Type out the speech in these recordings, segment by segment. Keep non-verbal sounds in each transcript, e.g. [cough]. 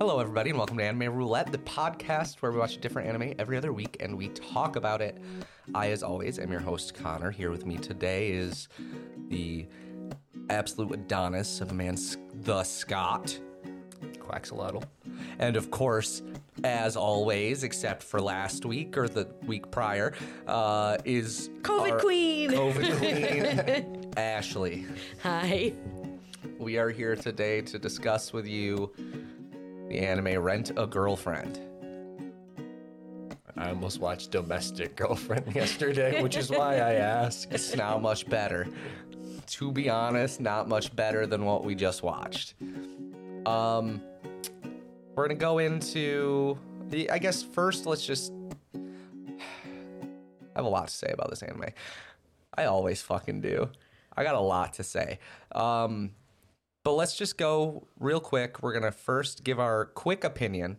Hello, everybody, and welcome to Anime Roulette, the podcast where we watch a different anime every other week and we talk about it. I, as always, am your host, Connor. Here with me today is the absolute Adonis of a man, S- the Scott. Quaxalotl. And of course, as always, except for last week or the week prior, uh, is COVID our queen. [laughs] COVID Queen, Ashley. Hi. We are here today to discuss with you the anime Rent a Girlfriend. I almost watched Domestic Girlfriend [laughs] yesterday, which is why I asked. It's now much better. To be honest, not much better than what we just watched. Um, we're gonna go into the. I guess first, let's just. I have a lot to say about this anime. I always fucking do. I got a lot to say. Um, but let's just go real quick. We're gonna first give our quick opinion,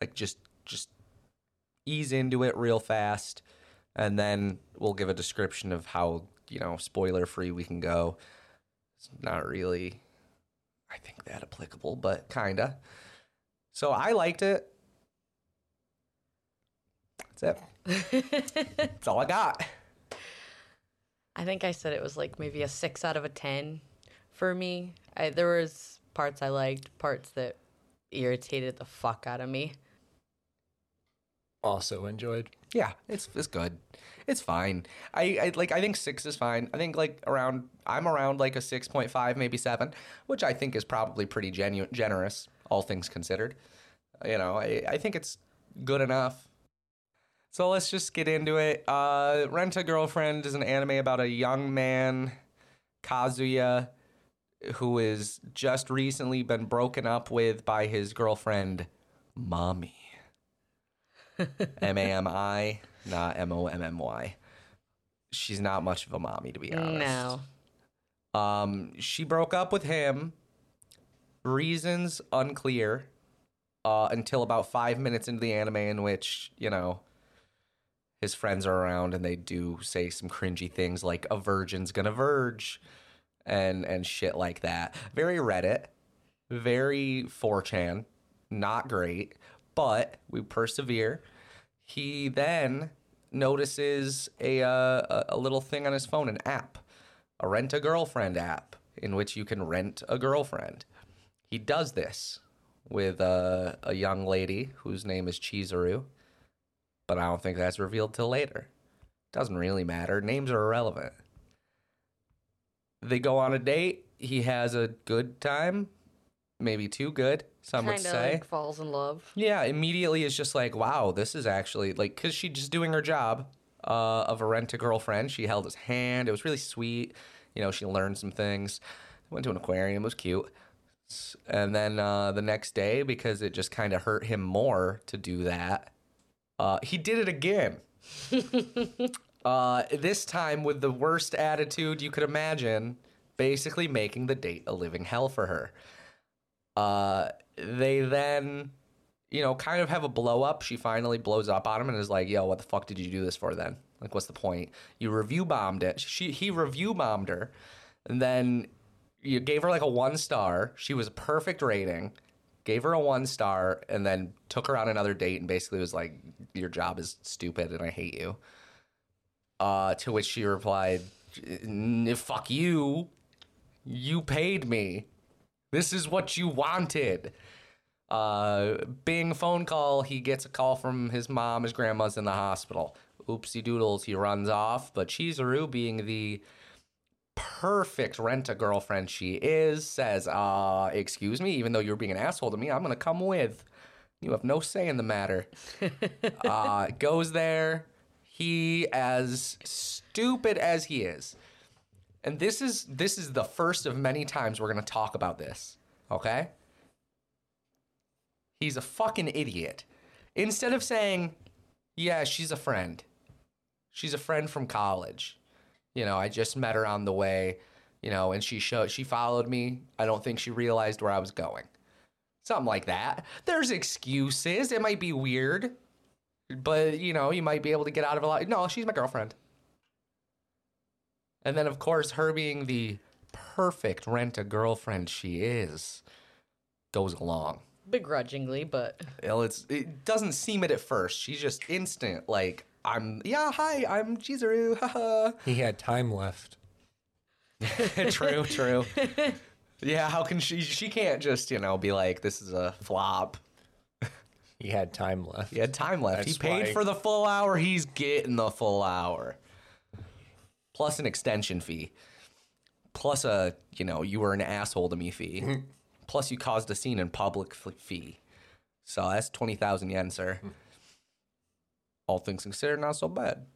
like just just ease into it real fast, and then we'll give a description of how you know spoiler free we can go. It's not really, I think that applicable, but kinda. So I liked it. That's it. That's all I got. I think I said it was like maybe a six out of a 10 for me. I, there was parts I liked, parts that irritated the fuck out of me. Also enjoyed. Yeah, it's it's good. It's fine. I, I like I think six is fine. I think like around I'm around like a six point five, maybe seven, which I think is probably pretty genu- generous, all things considered. You know, I, I think it's good enough. So let's just get into it. Uh, Rent a Girlfriend is an anime about a young man, Kazuya, who is just recently been broken up with by his girlfriend, Mommy. M A M I, not M O M M Y. She's not much of a mommy, to be honest. [laughs] No. No. Um, she broke up with him. Reasons unclear. Uh, until about five minutes into the anime, in which you know his friends are around and they do say some cringy things like "a virgin's gonna verge," and and shit like that. Very Reddit, very 4chan, not great, but we persevere he then notices a, uh, a- a little thing on his phone, an app, a rent a girlfriend app, in which you can rent a girlfriend. He does this with uh, a young lady whose name is Chizuru, but I don't think that's revealed till later. Doesn't really matter. Names are irrelevant. They go on a date. He has a good time, maybe too good. Some would Kind of say. like falls in love. Yeah, immediately is just like, wow, this is actually like, because she's just doing her job uh, of a rent a girlfriend. She held his hand. It was really sweet. You know, she learned some things. Went to an aquarium. It was cute. S- And then uh, the next day, because it just kind of hurt him more to do that, uh, he did it again. uh, this time with the worst attitude you could imagine, basically making the date a living hell for her. Uh, they then you know, kind of have a blow up. She finally blows up on him and is like, "Yo, what the fuck did you do this for then? Like, what's the point? You review bombed it. She he review bombed her, and then you gave her like a one star. She was a perfect rating. Gave her a one star, and then took her on another date and basically was like, "Your job is stupid and I hate you." Uh, to which she replied, "N- "Fuck you. You paid me. This is what you wanted." Uh, Bing phone call. He gets a call from his mom. His grandma's in the hospital. Oopsie doodles. He runs off. But Chizuru, being the perfect rent a girlfriend she is, says, uh, Excuse me, even though you're being an asshole to me, I'm going to come with. You have no say in the matter. uh, goes there. He, as stupid as he is, and this is this is the first of many times we're going to talk about this. Okay. He's a fucking idiot. Instead of saying, yeah, she's a friend. She's a friend from college. You know, I just met her on the way, you know, and she showed she followed me. I don't think she realized where I was going. Something like that. There's excuses. It might be weird, but you know, you might be able to get out of a lot. No, she's my girlfriend. And then of course, her being the perfect rent a girlfriend she is goes along begrudgingly, but Well, it's it doesn't seem it at first. She's just instant like I'm yeah, hi, I'm Jizuru. Haha. He had time left. [laughs] true, true. Yeah, how can she she can't just, you know, be like this is a flop. He had time left. He had time left. he That's paid why- for the full hour. He's getting the full hour. Plus an extension fee. Plus a, you know, you were an asshole to me Mm-hmm. fee. Plus you caused a scene in public f- fee. So that's 20,000 yen, sir. Mm. All things considered, not so bad.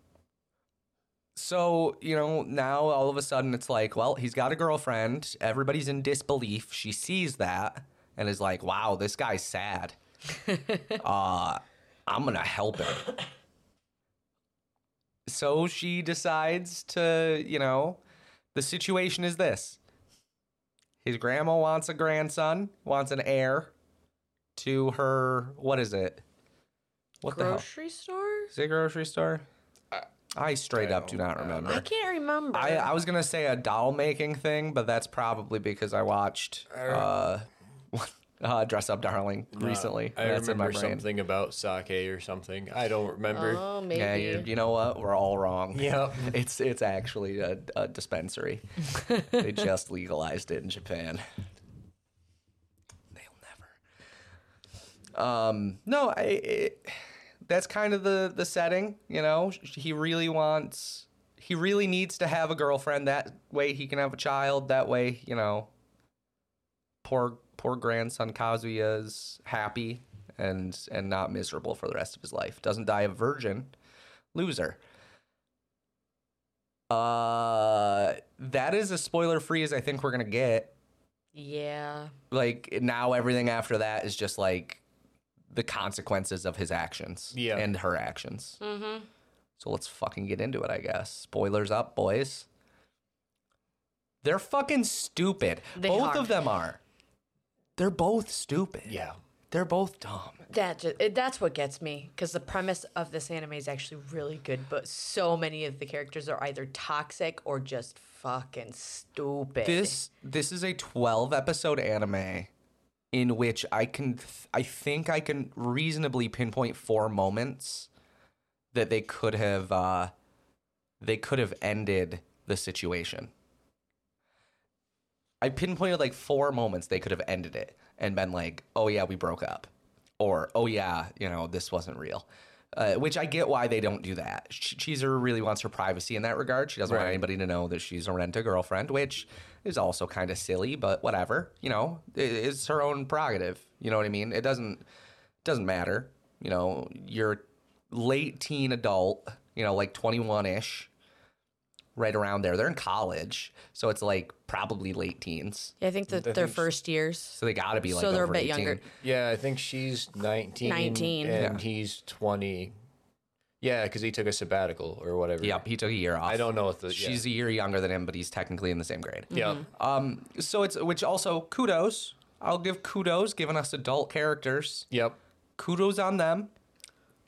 So, you know, now all of a sudden it's like, well, he's got a girlfriend. Everybody's in disbelief. She sees that and is like, wow, this guy's sad. uh, I'm going to help him. So she decides to, you know, the situation is this his grandma wants a grandson, wants an heir to her, what is it? What the hell? grocery store? Is it a grocery store? I straight up do not remember. I can't remember. I, I was gonna say a doll making thing, but that's probably because I watched uh, [laughs] uh, Dress Up Darling recently. I that's in my remember brain. something about sake or something. I don't remember. oh, maybe. Yeah, you, you know what? We're all wrong. Yep. [laughs] it's it's actually a, a dispensary. they just legalized it in Japan. They'll never. Um, no, I. It, that's kind of the the setting. You know, he really wants. He really needs to have a girlfriend. That way, he can have a child. That way, you know. Poor poor grandson Kazuya is happy and and not miserable for the rest of his life. Doesn't die a virgin, loser. Uh, that is as spoiler free as I think we're gonna get. Yeah. Like now, everything after that is just like the consequences of his actions Yeah. and her actions. Mm-hmm. So let's fucking get into it, I guess. Spoilers up, boys. They're fucking stupid. They both are. of them are. They're both stupid. Yeah. They're both dumb. That just, it, that's what gets me because the premise of this anime is actually really good, but so many of the characters are either toxic or just fucking stupid. This this is a 12 episode anime in which I can th- I think I can reasonably pinpoint four moments that they could have uh they could have ended the situation. I pinpointed like four moments they could have ended it and been like, "Oh yeah, we broke up." Or, "Oh yeah, you know, this wasn't real." Uh, which I get why they don't do that. Ch- Cheezer really wants her privacy in that regard. She doesn't want Right. anybody to know that she's a rent a girlfriend, which is also kind of silly, but whatever. You know, i- it's her own prerogative. You know what I mean? It doesn't doesn't matter. You know, you're late teen adult. You know, like twenty one ish right around there. They're in college, so it's like probably late teens. yeah, I think that their think- first years. So they got to be like So they're a over bit 18. younger. Yeah, I think she's 19. 19. And Yeah. he's 20. Yeah, because he took a sabbatical or whatever. Yep, he took a year off. I don't know what the. yeah. She's a year younger than him, but he's technically in the same grade. Yeah. Um, so it's which also kudos. I'll give kudos giving us adult characters. Yep. Kudos on them.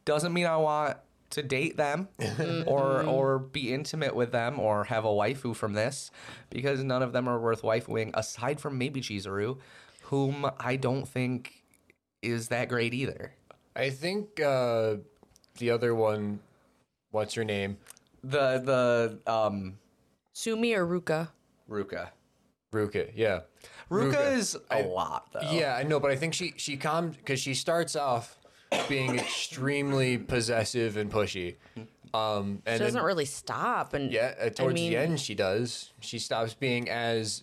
Doesn't mean I want to date [laughs] them or Mm-hmm. or be intimate with them or have a waifu from this because none of them are worth waifuing aside from maybe Chizuru, whom I don't think is that great either. I think uh, the other one, what's her name? The the um Sumi or Ruka? Ruka. Ruka. Yeah. Ruka, Ruka. is a lot though. Yeah, I know, but I think she she comes because she starts off being extremely possessive and pushy. Um, and She then, doesn't really stop. And yeah, uh, towards mean- the end she does. She stops being as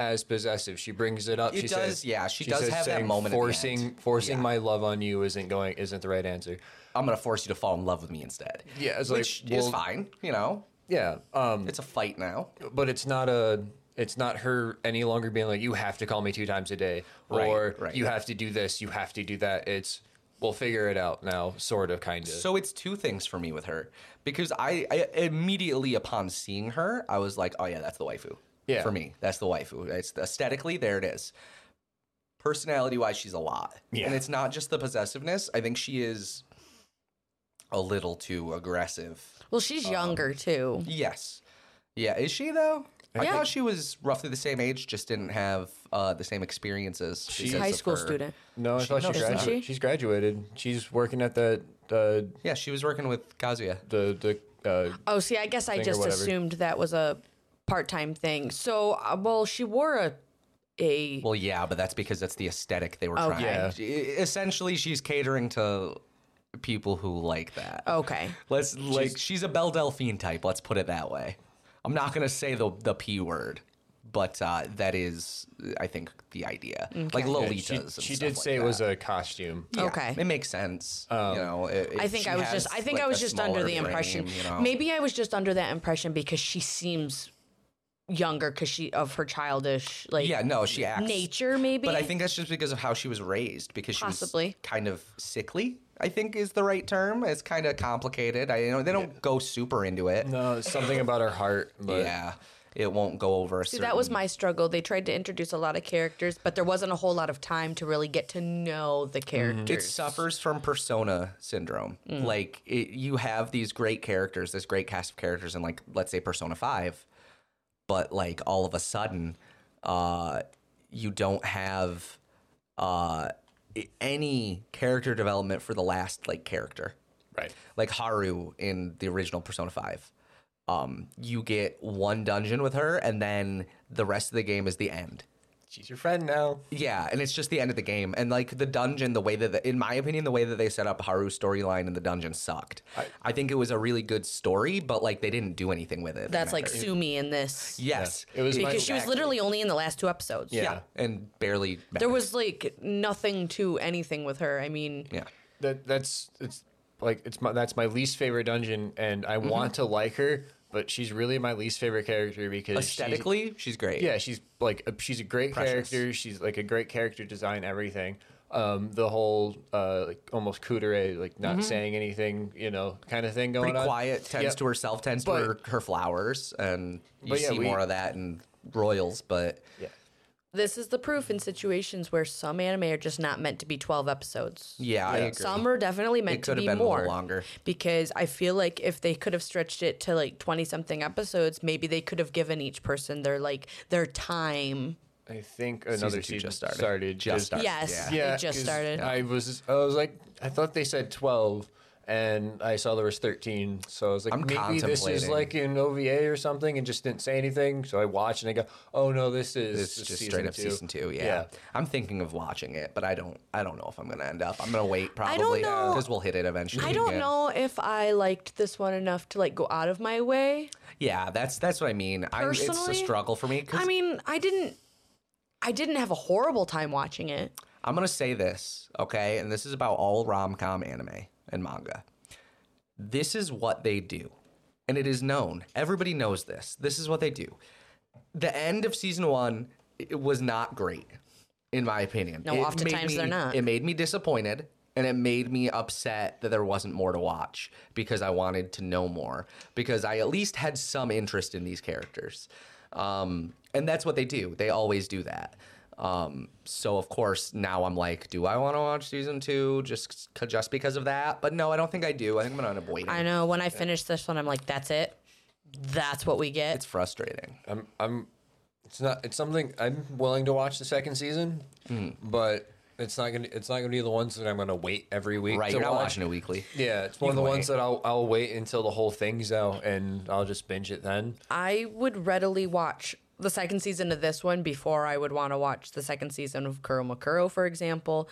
as possessive. She brings it up. It she does- says, yeah, she does have that saying, moment at the Forcing end." forcing my love on you isn't going isn't the right answer. I'm gonna force you to fall in love with me instead. Yeah, it's Which like well, is fine, you know. yeah. Um, It's a fight now. but it's not a it's not her any longer being like you have to call me two times a day Right, or right. you have to do this you have to do that it's we'll figure it out now sort of kind of So it's two things for me with her because I, I immediately upon seeing her, I was like, oh yeah, that's the waifu. Yeah. For me, that's the waifu. It's aesthetically there it is. Personality wise, she's a lot, Yeah. and it's not just the possessiveness. I think she is a little too aggressive. Well, she's younger too. Yes. Yeah, is she though? I Yeah. thought she was roughly the same age, just didn't have uh, the same experiences. She's because High of school her- student. No, I thought she no, she's not. graduated. She's graduated. She's working at the the Yeah, she was working with Kazuya. the the. Uh, Oh, see, I guess I Thing or just whatever. assumed that was a part-time thing. So, uh, well, she wore a a Well, yeah, but that's because that's the aesthetic they were trying. Yeah. She- Essentially, she's catering to people who like that. okay. Let's like she's a Belle Delphine type. Let's put it that way. I'm not gonna say the the p word, but uh, that is, I think, the idea. Like she Lolitas. and she stuff did like say that. it was a costume. Yeah, Okay. it makes sense. you know, i- if Eh. Um, I think she I was has, just I think like, I a was just under smaller the impression. frame, you know? Maybe I was just under that impression because she seems younger cuz she of her childish like Yeah, no, she acts. nature maybe. But I think that's just because of how she was raised, because she was Possibly. kind of sickly. I think is the right term. It's kind of complicated. I you know they don't go super into it. No, something about her heart. But Yeah, it won't go over. A See, certain that was my struggle. They tried to introduce a lot of characters, but there wasn't a whole lot of time to really get to know Mm-hmm. the it characters. suffers from persona syndrome. Like it, you have these great characters, this great cast of characters, in like let's say Persona Five, but like all of a sudden, uh, you don't have uh, i- any character development for the last like character right. like Haru in the original Persona 5. Um, you get one dungeon with her, and then the rest of the game is the end. She's your friend now. Yeah, and it's just the end of the game. And like the dungeon, the way that, the, in my opinion, the way that they set up Haru's storyline in the dungeon sucked. I, think it was a really good story, but like they didn't do anything with it. that That's like mattered. Sumi in this. yes, Yeah, it was my- Because she was literally only in the last two episodes. yeah, and barely There was like nothing to anything with her. I mean, yeah. That that's it's like it's my that's my least favorite dungeon, and I want to like her, but she's really my least favorite character because she's- Aesthetically, she's, great. yeah, she's like a, she's a great Precious. character. She's like a great character design, everything. Um, the whole uh, like almost couture, like not saying anything, you know, kind of thing going Mm-hmm. pretty on. quiet, tends Yep. to herself, tends But- to her, her flowers, and you But yeah, see we- more of that in Royals, but. Yeah. this is the proof in situations where some anime are just not meant to be 12 episodes. Yeah, I agree. Some are definitely meant it to could have be been a more little longer. because I feel like if they could have stretched it to like 20 something episodes, maybe they could have given each person their like their time. I think Season another two season just started. Just 'cause- started. Yes, Yeah, it just 'cause started. I was I was like I thought they said twelve, and I saw there was thirteen. So I was like, I'm maybe this is contemplating. like an OVA or something, and just didn't say anything. So I watched and I go, oh no, this is It's just straight up season two. Yeah. Yeah. I'm thinking of watching it, but I don't. I don't know if I'm gonna end up. I'm gonna wait don't probably know. because we'll hit it eventually. I don't again. know if I liked this one enough to like go out of my way. Yeah, that's that's what I mean. I, it's a Personally, struggle for me. 'cause I mean, I didn't I didn't have a horrible time watching it. I'm gonna say this, okay? And this is about all rom com anime and manga. This is what they do. And it is known. Everybody knows this. This is what they do. The end of season one it was not great, in my opinion. No, It made oftentimes me- they're not. It made me disappointed and it made me upset that there wasn't more to watch because I wanted to know more. Because I at least had some interest in these characters. Um, and that's what they do. They always do that. Um, so of course now I'm like, do I want to watch season two just c- just because of that? But no, I don't think I do. I think I'm gonna end up waiting. I know when I finished this one, I'm like, that's it. That's what we get. It's frustrating. I'm I'm it's not it's something I'm willing to watch the second season, Hmm. but it's not gonna it's not gonna be the ones that I'm gonna wait every week. Right, to you're not watch. watching it weekly. Yeah, it's one of the can ones that I'll I'll wait until the whole thing's out and I'll just binge it then. I would readily watch the second season of this one before I would want to watch the second season of Kuro Makuro, for example,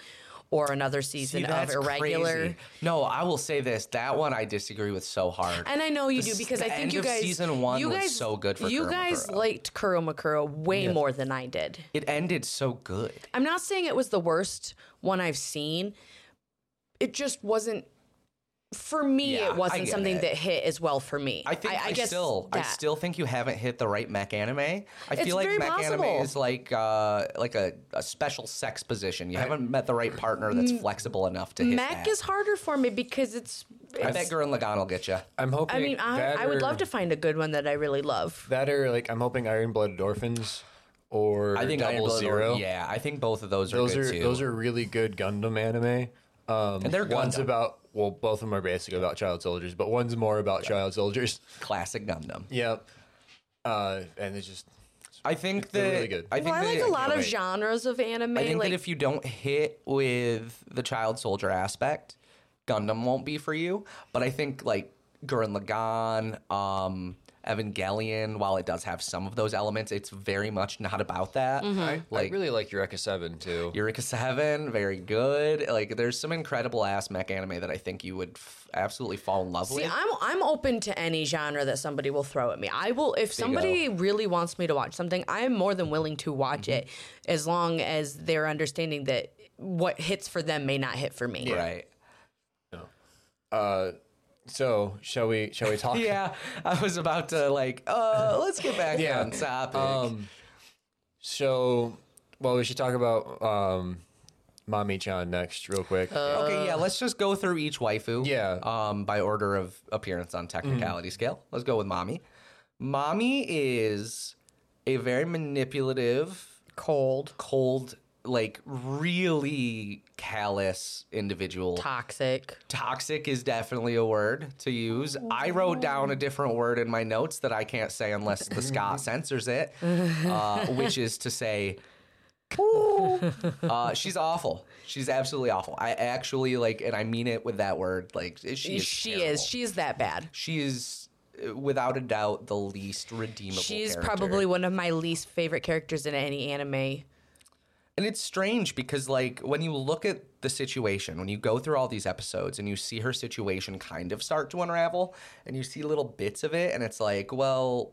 or another season See, of that's Irregular. crazy. No, I will say this. That one I disagree with so hard. And I know you The do s- because the I think end you of guys season one you was guys, so good for you Kuro guys Makuro. liked Kuro Makuro way more than I did. it ended so good. I'm not saying it was the worst one I've seen. It just wasn't for me. Yeah, I it wasn't get something it. that hit as well for me. I think I, guess still I that. still think you haven't hit the right mech anime. I It's feel like very mech possible. anime is like uh, like a, a special sex position. You haven't met the right partner that's flexible enough to hit Mm, Mac that. is harder for me because it's. I it's bet Gurren Lagann will get you. I'm hoping. I mean, I, that I would or- love to find a good one that I really love. that or like I'm hoping Iron Blooded Orphans or I think Double Iron Blooded Or- Zero. Yeah, I think both of those are those good are too. those are really good Gundam anime. Um, And they're one's Gundam. about well, both of them are basically about child soldiers, but one's more about child soldiers. classic Gundam. [laughs] Yep. Uh, and it's just I think They're that really good. I think well, I like that- a lot of wait. genres of anime. I think like that if you don't hit with the child soldier aspect, Gundam won't be for you. But I think like Gurren Lagann, um, Evangelion, while it does have some of those elements, it's very much not about that. Mm-hmm. I, Like- I really like Eureka Seven too. Eureka Seven, very good. Like there's some incredible ass mech anime that I think you would f- absolutely fall in love See, with. I'm I'm open to any genre that somebody will throw at me. I will if somebody really wants me to watch something, I am more than willing to watch Mm-hmm. it as long as they're understanding that what hits for them may not hit for me. Right. Uh, so shall we? Shall we talk? [laughs] Yeah, I was about to like, uh, let's get back Yeah. on topic. Um, so, well, we should talk about um, Mommy Chan next, real quick. okay, yeah, let's just go through each waifu. Yeah. Um, by order of appearance on technicality scale. Let's go with mommy. Mommy is a very manipulative, Cold, cold, like really callous individual. toxic. Toxic is definitely a word to use. I wrote down a different word in my notes that I can't say unless the [laughs] Scott censors it, uh, which is to say, uh, she's awful. She's absolutely awful. I actually like, and I mean it with that word. Like she is. she terrible. is. She is that bad. She is uh, without a doubt the least redeemable. She's character. probably one of my least favorite characters in any anime. And it's strange because, like, when you look at the situation, when you go through all these episodes and you see her situation kind of start to unravel and you see little bits of it, and it's like, well,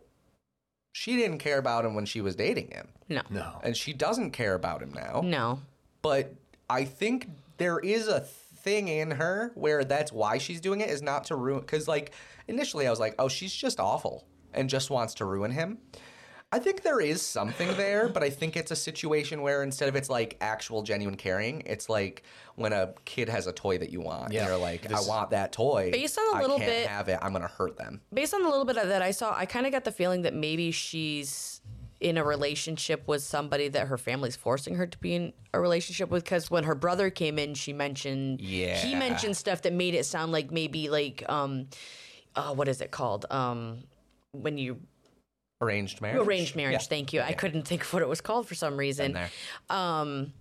she didn't care about him when she was dating him, No. No. and she doesn't care about him now. No. But I think there is a thing in her where that's why she's doing it is not to ruin. Because, like, initially I was like, oh, she's just awful and just wants to ruin him. I think there is something there, but I think it's a situation where instead of it's like actual genuine caring, it's like when a kid has a toy that you want. Yeah. And you're like, I This- want that toy. Based on a little I can't bit- have it. I'm going to hurt them. based on the little bit of that I saw, I kind of got the feeling that maybe she's in a relationship with somebody that her family's forcing her to be in a relationship with. Because when her brother came in, she mentioned he Yeah. mentioned stuff that made it sound like maybe like um, uh, what is it called um, when you Arranged marriage. arranged marriage? Yeah. Thank you. I couldn't think of what it was called for some reason. In there. Um,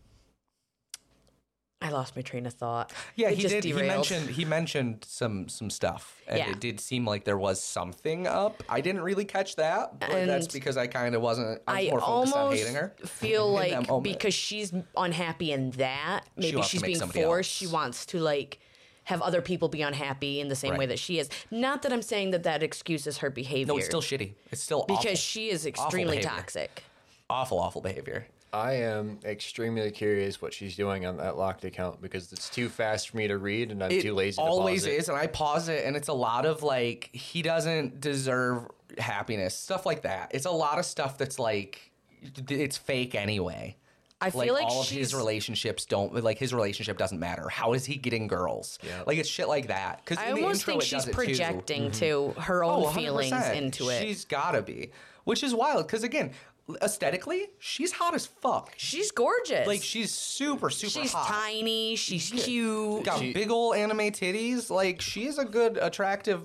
I lost my train of thought. Yeah, It he just did. He derailed. mentioned he mentioned some some stuff, and Yeah. it did seem like there was something up. I didn't really catch that, but that's And because I kind of wasn't. I was I more focused almost on hating her. feel [laughs] in that like moment. because she's unhappy in that, maybe wants to she's make being forced. somebody She else. wants to like have other people be unhappy in the same way Right. that she is. Not that I'm saying that that excuses her behavior. No, it's still shitty. It's still because awful, she is extremely behavior. toxic. awful, awful behavior. I am extremely curious what she's doing on that locked account because it's too fast for me to read and I'm It too lazy to always pause it. is, and I pause it, and it's a lot of like he doesn't deserve happiness, stuff like that. It's a lot of stuff that's like it's fake anyway. I like, feel like all of she's his relationships don't like his relationship doesn't matter. How is he getting girls? Yeah. Like it's shit like that. Because I almost think she's projecting to her own Oh, feelings into it. She's gotta be, which is wild. Because again, aesthetically, she's hot as fuck. she's gorgeous. Like she's super super she's hot. tiny, she's cute. Got She- big ol' anime titties. Like she is a good, attractive,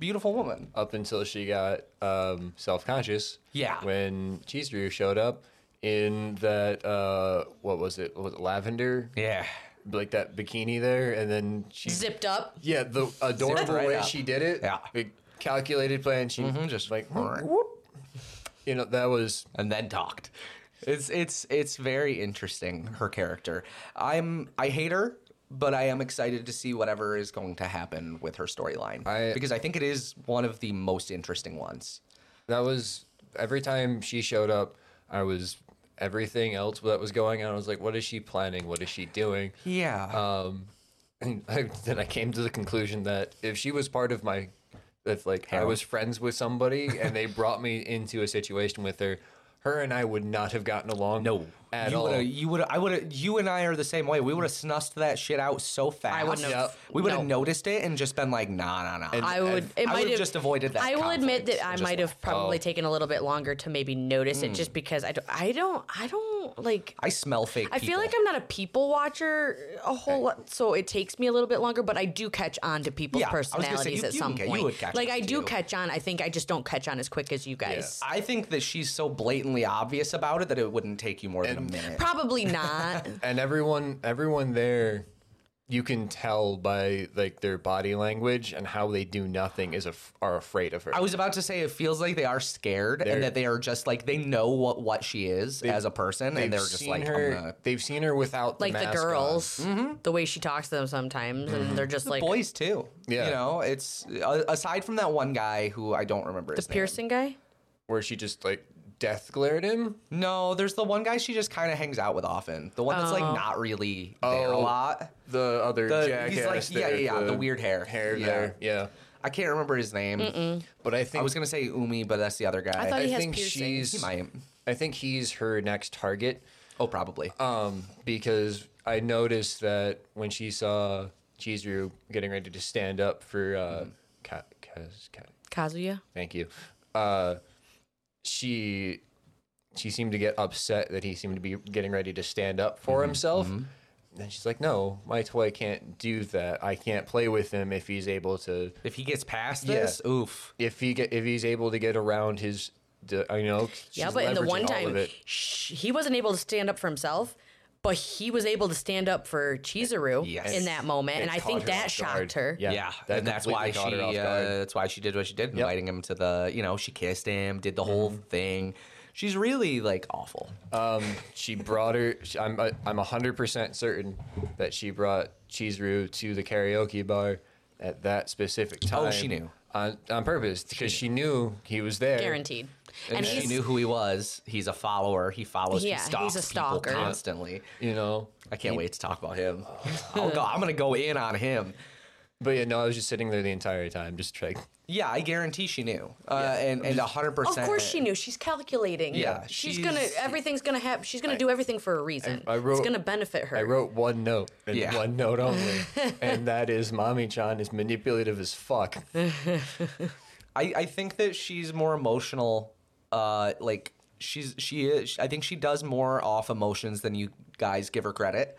beautiful woman. Up until she got um, self conscious. Yeah. When Chizuru showed up in that, uh, what was it? Was it lavender? Yeah. Like that bikini there. And then she. Zipped up. Yeah, the adorable right way up. she did it. Yeah. Mm-hmm, The calculated plan. She just just like, whoop. You know, that was. and then talked. It's it's it's very interesting her character. I'm I hate her, but I am excited to see whatever is going to happen with her storyline I- because I think it is one of the most interesting ones. That was every time she showed up, I was everything else that was going on. I was like, what is she planning? What is she doing? Yeah. Um, and [laughs] I, then I came to the conclusion that if she was part of my, if like I was friends with somebody and they brought me into a situation with her, her and I would not have gotten along. no. at you all. would've- you would I would have you and I are the same way. We would have snussed that shit out so fast. wouldn't have- Yep. We would have no. noticed it and just been like, nah, nah, nah. I would. I've- I It might would've have just avoided that I will admit conflict that I and just oh. Mm. might have left. probably taken a little bit longer to maybe notice it, just because I don't. I don't. I don't. don't like. I smell fake. I feel people. like I'm not a people watcher a whole lot, so it takes me a little bit longer. But I do catch on to people's Yeah, I was gonna say, personalities you- at you some can- you point. would catch like on I to do you. catch on. I think I just don't catch on as quick as you guys. I think that she's so blatantly obvious about it that it wouldn't take you more than a minute. [laughs] Probably not. and everyone everyone there you can tell by like their body language and how they do nothing is af- are afraid of her I was about to say it feels like they are scared They're- and that they are just like they know what what she is as a person and they're just seen like her, I'm gonna- they've seen her without the like the mask on. girls, Mm-hmm. the way she talks to them sometimes, and they're just like boys too. Yeah. you know it's a- aside from that one guy who I don't remember his name. piercing guy. where she just like death glared him No, there's the one guy she just kind of hangs out with often. The one that's Oh. like not really there a Oh. lot. the other The- jackass he's like, yeah, there, yeah, yeah, the weird hair. hair Yeah. there yeah I can't remember his name. but i think I was gonna say Umi, but that's the other guy. thought I he has think piercings. she's he might. i think he's her next target Oh, probably. um, because I noticed that when she saw Chizuru getting ready to stand up for uh, Mm-hmm. Ka- Kaz- Ka- Kazuya. thank you, uh, she she seemed to get upset that he seemed to be getting ready to stand up for Mm-hmm, himself. And she's like, "No, my toy can't do that. I can't play with him if he's able to if he gets past yeah. this, oof. if he get, if he's able to get around his." d- You know, Yeah, she's but in the leveraging one all of time, it. sh- he wasn't able to stand up for himself, but he was able to stand up for Chizuru Yes. in that moment, It and I caught think her that off shocked guard. her. Yeah, Yeah, that and that's why completely she caught her off uh, guard. that's why she did what she did, inviting him to the you know she kissed him, did the whole Mm-hmm. thing. She's really like awful. Um, she brought her. she- I'm uh, I'm hundred percent certain that she brought Chizuru to the karaoke bar at that specific time. Oh, she knew. on on purpose because she knew he was there. Guaranteed. And, and he's she knew who he was. He's a follower. He follows. Yeah, he he's stalks a stalker. people constantly. You know. I can't wait to talk about him. Oh. [laughs] I'll go, I'm gonna go in on him. But yeah, no, I was just sitting there the entire time, just like Yeah, I guarantee she knew, uh, and and hundred of percent. course she knew. She's calculating. Yeah, she's, she's- gonna. Everything's gonna happen. She's gonna do everything for a reason. I wrote- it's gonna benefit her. I wrote one note and Yeah. one note only, and that is Mommy John is manipulative as fuck. I, I think that she's more emotional. Uh, like she's she is. I think she does more off emotions than you guys give her credit.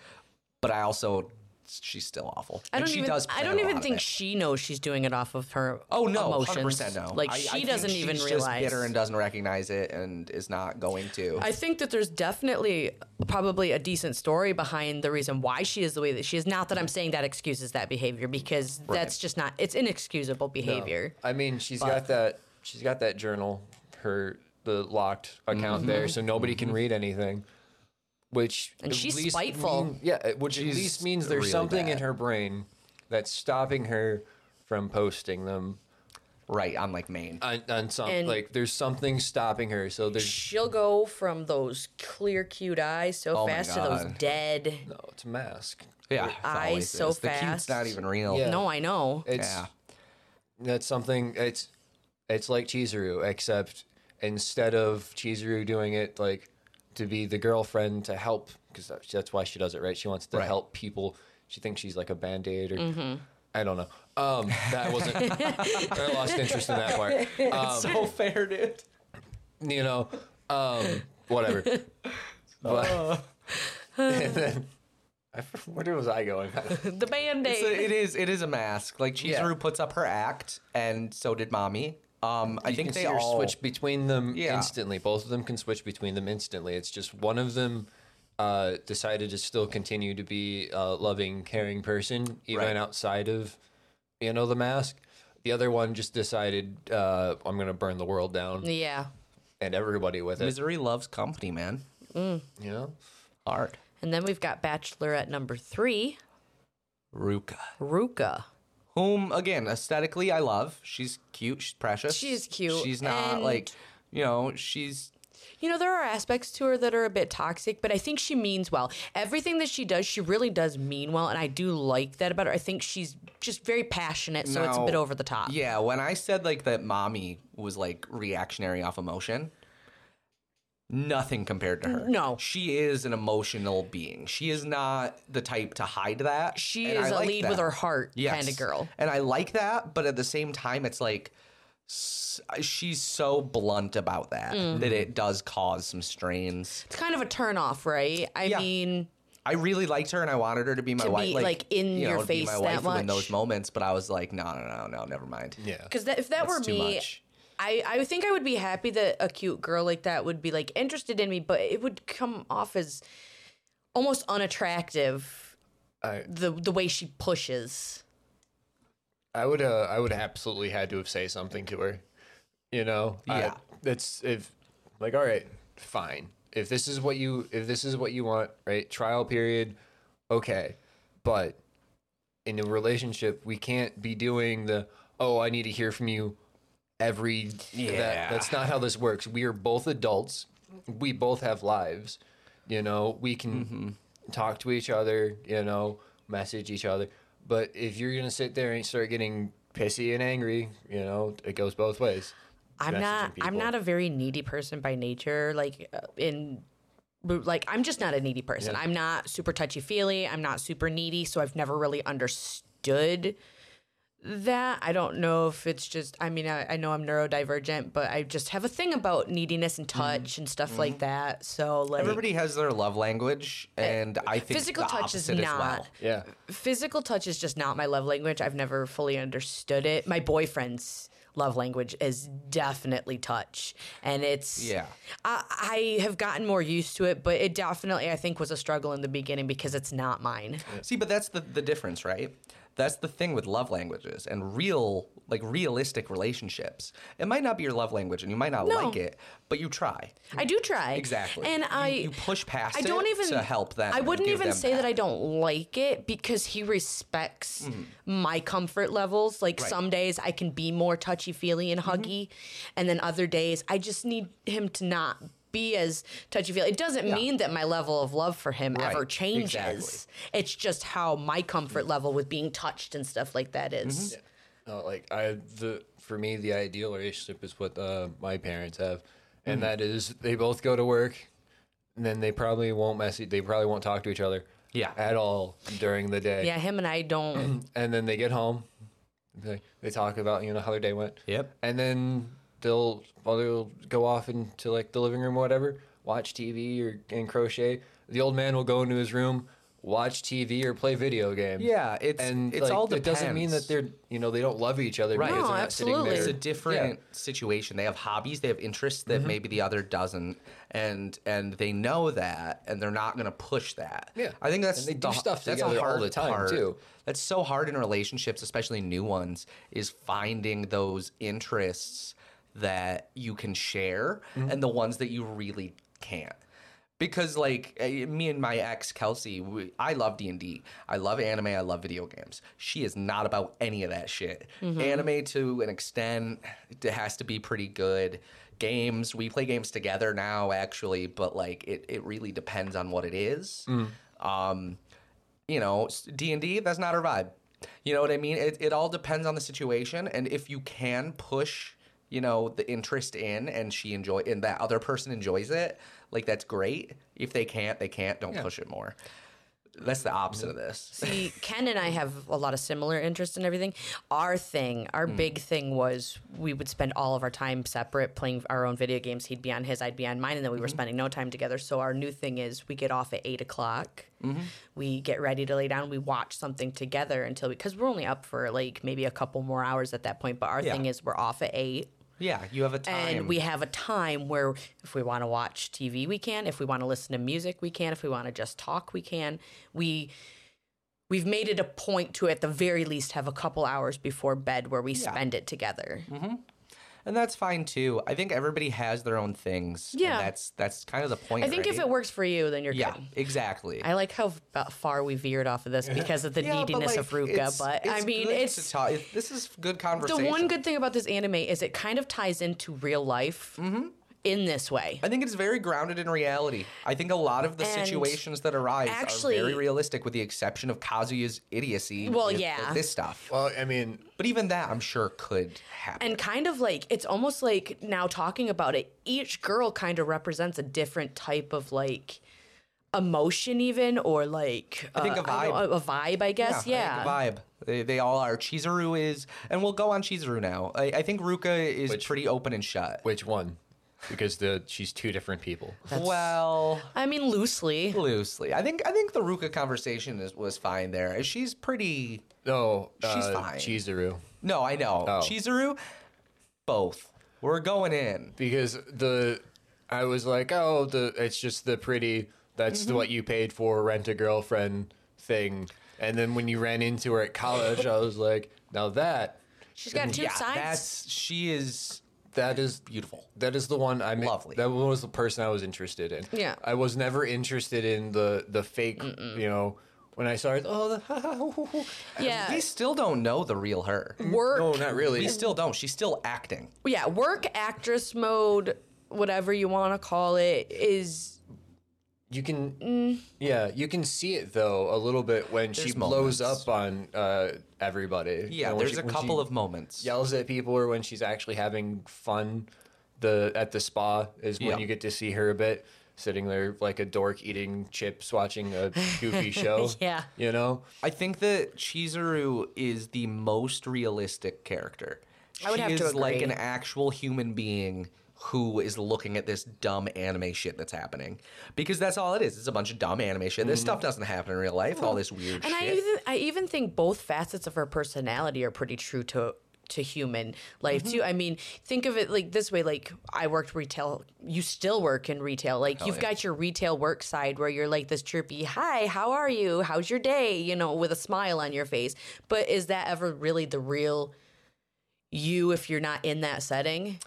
But I also she's still awful. I And don't she even. does I plan don't a even lot of think it. she knows she's doing it off of her. Oh no, hundred emotions. percent no. Like I- I she think doesn't even she's realize. Just bitter and doesn't recognize it and is not going to. I think that there's definitely probably a decent story behind the reason why she is the way that she is. Not that I'm saying that excuses that behavior because that's just not it's inexcusable behavior. I mean, she's got that. She's got that journal, her the locked account there, so nobody can read anything. Which and she's spiteful. yeah, it- which She's at least means there's really something in bad. her brain that's stopping her from posting them. right on like Maine. Uh, On, on some And- like, there's something stopping her. So there's She'll go from those clear cute eyes so Oh my fast to those God. dead. no, it's a mask. yeah, it's eyes always so is. The cute's fast. not even real. [laughs] Yeah. No, I know. It's Yeah. that's something. It's it's like Chizuru, except instead of Chizuru doing it like to be the girlfriend to help, because that's why she does it, right? She wants to Right. help people. She thinks she's like a band aid or I don't know. Um, that wasn't. I lost interest in that part. Um, so fair, dude. you know, um, whatever. But Oh. [laughs] and then I, where was I going? [laughs] The band So aid. it is. It is a mask. Like Chizuru Yeah. puts up her act, and so did Mommy. Um, I You think can they see her all switch between them Yeah. instantly. Both of them can switch between them instantly. It's just one of them uh, decided to still continue to be a loving, caring person, even Right. outside of you know the mask. The other one just decided uh, I'm going to burn the world down Yeah. and everybody with it. Misery loves company, man. You know, Hard. And then we've got Bachelorette number three, Ruka. Ruka. Whom, again, aesthetically, I love. She's cute. She's precious. She's cute, She's not and- like, you know, she's. You know, there are aspects to her that are a bit toxic, but I think she means well. Everything that she does, she really does mean well, and I do like that about her. I think she's just very passionate, so it's a now- bit over the top. Yeah, when I said like that mommy was like reactionary off emotion, nothing compared to her. No. She is an emotional being. She is not the type to hide that. She and I is a like lead with that. her heart Yes. kind of girl. And I like that, but at the same time, it's like s- uh, she's so blunt about that Mm. that it does cause some strains. It's kind of a turn off, right? I Yeah. mean, I really liked her and I wanted her to be my To wife, be, like, in you know, your to be face my that wife much. in those moments. But I was like, no, no, no, no, never mind. Yeah. because if that That's were too me, much. I, I think I would be happy that a cute girl like that would be like interested in me, but it would come off as almost unattractive I- the the way she pushes. I would uh, I would absolutely had to have say something to her. You know? I- Yeah. that's if like all right, fine. If this is what you if this is what you want, right? Trial period, okay. But in a relationship, we can't be doing the oh, I need to hear from you every Yeah. that, that's not how this works. We are both adults. We both have lives. You know, we can talk to each other, you know, message each other. But if you're going to sit there and start getting pissy and angry, you know, it goes both ways. I'm not Messaging I'm people. not a very needy person by nature. Like uh, in but, like I'm just not a needy person. I'm not super touchy feely. I'm not super needy, so I've never really understood that. I don't know if it's just. I mean, I, I know I'm neurodivergent, but I just have a thing about neediness and touch and stuff like that. So like Mm-hmm. Everybody has their love language, and I think Eh, physical the touch is opposite as not. well. Yeah. physical touch is just not my love language. I've never fully understood it. My boyfriend's love language is definitely touch, and it's Yeah. I, I have gotten more used to it, but it definitely I think was a struggle in the beginning because it's not mine. See, but that's the, the difference, right? That's the thing with love languages and real, like realistic relationships. It might not be your love language and you might not like it, but you try. I do try Exactly. and You- I you push past I don't it even to help them I and wouldn't give even them say that back. I don't like it because he respects Mm-hmm. my comfort levels. Like some days I can be more touchy feely Mm-hmm. and huggy, and then other days I just need him to not be as touchy feely. It doesn't mean that my level of love for him ever changes. It's just how my comfort level with being touched and stuff like that Mm-hmm. is. No, Uh, like I the for me the ideal relationship is what uh, my parents have, and Mm. that is they both go to work, and then they probably won't message. They probably won't talk to each other. Yeah. At all during the day. Yeah, him and I [clears throat] don't. and then they get home. They, they talk about you know how their day went. Yep. And then they'll well, they'll go off into like the living room or whatever, watch TV or and crochet. The old man will go into his room, watch TV or play video games. Yeah, it's- and it's like, all It doesn't mean depends. that they're you know they don't love each other. Right. Because No, they're not absolutely. Sitting It's there. a different situation. They have hobbies, they have interests Mm-hmm. that maybe the other doesn't, and and they know that, and they're not going to push that. Yeah. I think that's And they the, do stuff that's together a all hard the time, part. too. That's so hard in relationships, especially new ones, is finding those interests that you can share Mm-hmm. and the ones that you really can't. Because like eh, me and my ex Kelsey, we, I love D and D. I love anime. I love video games. She is not about any of that shit. Mm-hmm. Anime to an extent, it has to be pretty good. Games, we play games together now actually, but like it, it really depends on what it is. Mm. Um, you know d&d that's not her vibe you know what i mean it, it all depends on the situation and if you can push you know the interest in and she enjoy and that other person enjoys it like that's great if they can't they can't don't push it more that's the opposite of this See, Ken and I have a lot of similar interests and everything. Our thing, our big thing was we would spend all of our time separate playing our own video games. He'd be on his, I'd be on mine, and then we were spending no time together. So our new thing is we get off at eight o'clock. We get ready to lay down. We watch something together until because we, are only up for like maybe a couple more hours at that point. But our Yeah. thing is we're off at eight. yeah you have a time And we have a time where if we want to watch TV, we can. If we want to listen to music, we can. If we want to just talk, we can. We we've made it a point to at the very least have a couple hours before bed where we spend it together. Mm-hmm. and that's fine too i think everybody has their own things and Yeah. that's that's kind of the point I think if right? it works for you, then you're yeah good. exactly I like how f- uh, far we veered off of this because of the Yeah, but, neediness of like, Ruka, it's- but I it's mean, good it's to talk- it- this is good the conversation. one good thing about this anime is it kind of ties into real life Mm-hmm. in this way. I think it's very grounded in reality. I think a lot of the And situations that arise actually- are very realistic, with the exception of Kazuya's idiocy. Well, with, yeah. with this stuff. Well, I mean, But even that, I'm sure, could happen. and kind of like it's almost like now talking about it each girl kind of represents a different type of like emotion even or like think uh, a I don't- vibe. a vibe i guess I yeah, think the vibe. They, they all are. Chizuru is, and we'll go on Chizuru now. I, I think Ruka is Which- pretty open and shut. Which one? Because the she's two different people. well, I mean, loosely. loosely, I think I think the Ruka conversation is, was fine there. She's pretty. No, She's uh, fine. Chizuru. No, I know Oh. Chizuru. Both. We're going in. because the I was like, oh, the it's just the pretty. That's Mm-hmm. the what you paid for rent a girlfriend thing. And then when you ran into her at college, I was like, now that She's got two Mm, yeah, sides. that's she is that is beautiful. That is the one I mean, Lovely. That was the person I was interested in. Yeah. I was never interested in the the fake. You know, when I saw it, oh, the, [laughs] Yeah. We still don't know the real her. Work. no, not really. We still don't. She's still acting. yeah, work actress mode, whatever you want to call it, is You can, yeah, you can see it though a little bit when she Mm. There's blows moments. up on uh, everybody. You Yeah, know, when there's she- a when she- couple of moments. yells at people or when she's actually having fun the at the spa is when Yeah. you get to see her a bit sitting there like a dork eating chips watching a [laughs] goofy show Yeah. you know I think that Chizuru is the most realistic character. I would she have is to like agree. an actual human being who is looking at this dumb anime shit that's happening because that's all it is. It's a bunch of dumb anime shit. Mm-hmm. This stuff doesn't happen in real life. All this weird And shit. I even I even think both facets of her personality are pretty true to to human life Mm-hmm. too. I mean, think of it like this way: like I worked retail, you still work in retail. Like you've yeah. got your retail work side where you're like this chirpy, "Hi, how are you? How's your day?" You know, with a smile on your face. But is that ever really the real? You, if you're not in that setting,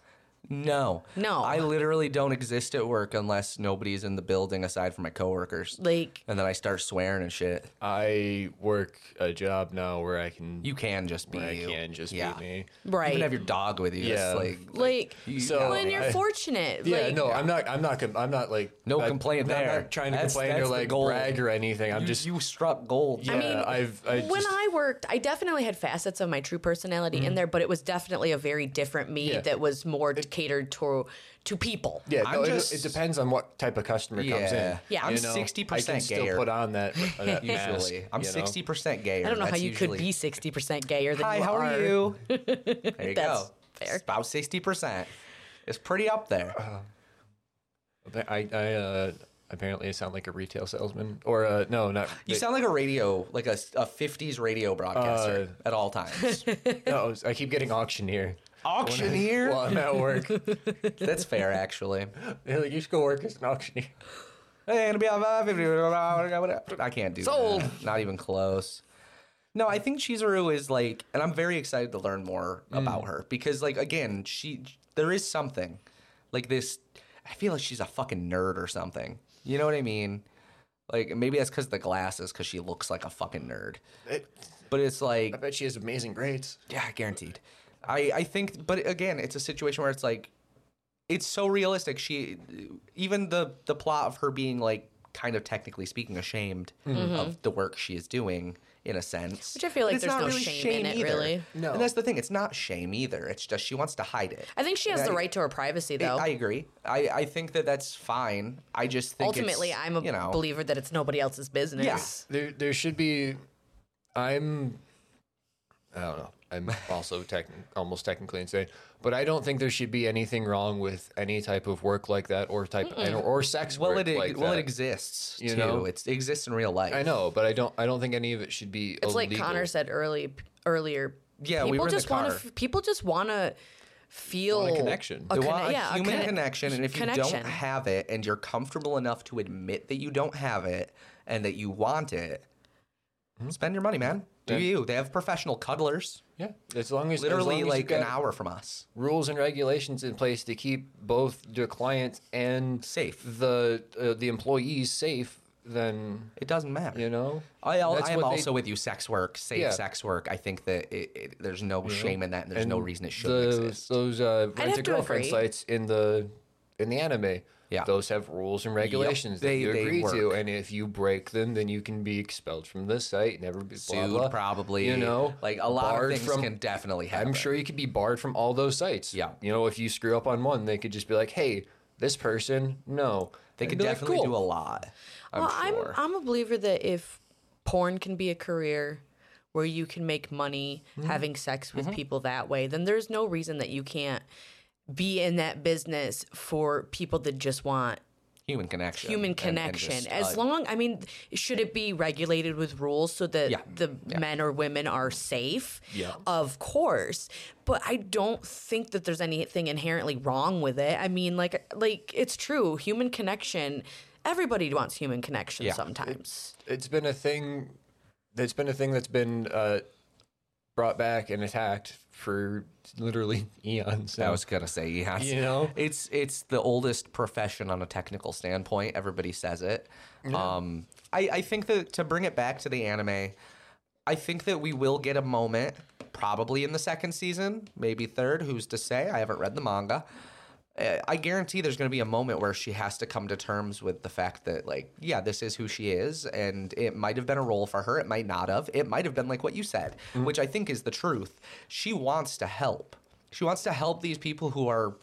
no, No. I literally don't exist at work unless nobody's in the building aside from my coworkers. like and then I start swearing and shit. i work a job now where i can You can just be i you. can just yeah. be me Even right, have your dog with you. Yeah. It's like, like you- So- no, well, and you're I- fortunate. yeah, like, no, I'm not. I'm not. com- I'm not like No I- complaint I'm not- there. not trying to That's- complain that's or the like goal. brag or anything. I'm you, just. you struck gold. yeah, I mean, I've. I when just, I worked, I definitely had facets of my true personality Mm-hmm. in there, but it was definitely a very different me Yeah. that was more catered to to people. Yeah, I'm no, it- just- it, depends on what type of customer comes Yeah. in. Yeah. I'm you know? 60% I can still gayer. put [laughs] on that, that mask, usually. I'm you know? sixty percent gayer. I don't know That's how you usually- could be sixty percent gayer than Hi, you how are, you? [laughs] there you That's go. fair. It's about sixty percent. It's pretty up there. Uh, I, I uh, apparently sound like a retail salesman, or uh, no, not [laughs] you sound like a radio, like a, a '50s radio broadcaster Uh, at all [laughs] times. no. I keep getting auctioneer. auctioneer. While I'm at [laughs] work, That's fair, actually. they're like, you should go work as an auctioneer. Hey, it'll be on my 50, whatever. I can't do Sold. that. Not even close. No, I think Chizuru is like, and I'm very excited to learn more about her because, like, again, she there is something like this. I feel like she's a fucking nerd or something. You know what I mean? Like maybe that's because the glasses, because she looks like a fucking nerd. But it's like I bet she has amazing grades. yeah, guaranteed. I I think, but again, it's a situation where it's like, it's so realistic. She even the the plot of her being like kind of technically speaking ashamed of the work she is doing in a sense, Mm-hmm. Which I feel But like it's there's not no shame in it, really. No, and that's the thing. It's not shame either. It's just she wants to hide it. I think she has Yeah, the I- right to her privacy, though. I agree. I, I think that that's fine. I just think it's, Ultimately, I'm a you know, believer that it's nobody else's business. Yeah. There, there should be. I'm. I don't know. I'm also tech, almost technically insane, but I don't think there should be anything wrong with any type of work like that, or type, and, or sex Well, work it like well that. it exists You too. know? It's, it exists in real life. I know, but I don't. I don't think any of it should be. It's like illegal. Connor said early earlier. Yeah, people we were in the just wanna car. f- people just want to feel Want a connection. a They want conne- a yeah, a human conne- connection, and if you connection. don't have it, and you're comfortable enough to admit that you don't have it and that you want it, spend your money, man. Do Yeah. you? They have professional cuddlers, Yeah, as long as as long literally as you like an got hour from us. rules and regulations in place to keep both the clients and Safe. the uh, the employees safe. Then It doesn't matter. you know, I, al- That's I am what they- also with you. Sex work, safe Yeah. sex work. I think that it, it, there's no shame in that, and there's no reason it shouldn't those exist. those uh, rent have to a girlfriend agree. sites in the in the anime. Yeah. those have rules and regulations that They- you they agree to, work. and if you break them, then you can be expelled from this site. Never be blah, Sued, blah. probably. You know, like a lot of barred things from- can definitely happen. I'm sure you could be barred from all those sites. Yeah. You know, if you screw up on one, they could just be like, hey, this person, no. they could definitely do a lot. I'm well, sure. I'm I'm a believer that if porn can be a career, where you can make money Mm-hmm. having sex with people that way, then there's no reason that you can't be in that business for people that just want Human connection. human and- and connection. just, as uh, long, I mean, should it be regulated with rules so that Yeah. the men or women are safe? Yeah. Of course. But I don't think that there's anything inherently wrong with it. I mean, like, like it's true. Human connection. Everybody wants human connection Yeah. sometimes. it's been a thing it's been a thing that's been uh, brought back and attacked for literally [laughs] eons I now. was gonna say yes. You know? it's it's the oldest profession on a technical standpoint. Everybody says it. Um, I I think that to bring it back to the anime, I think that we will get a moment, probably in the second season, maybe third. Who's to say? I haven't read the manga. Uh, I guarantee there's going to be a moment where she has to come to terms with the fact that, like, yeah, this is who she is, and it might have been a role for her. It might not have. It might have been like what you said, which I think is the truth. She wants to help. She wants to help these people who are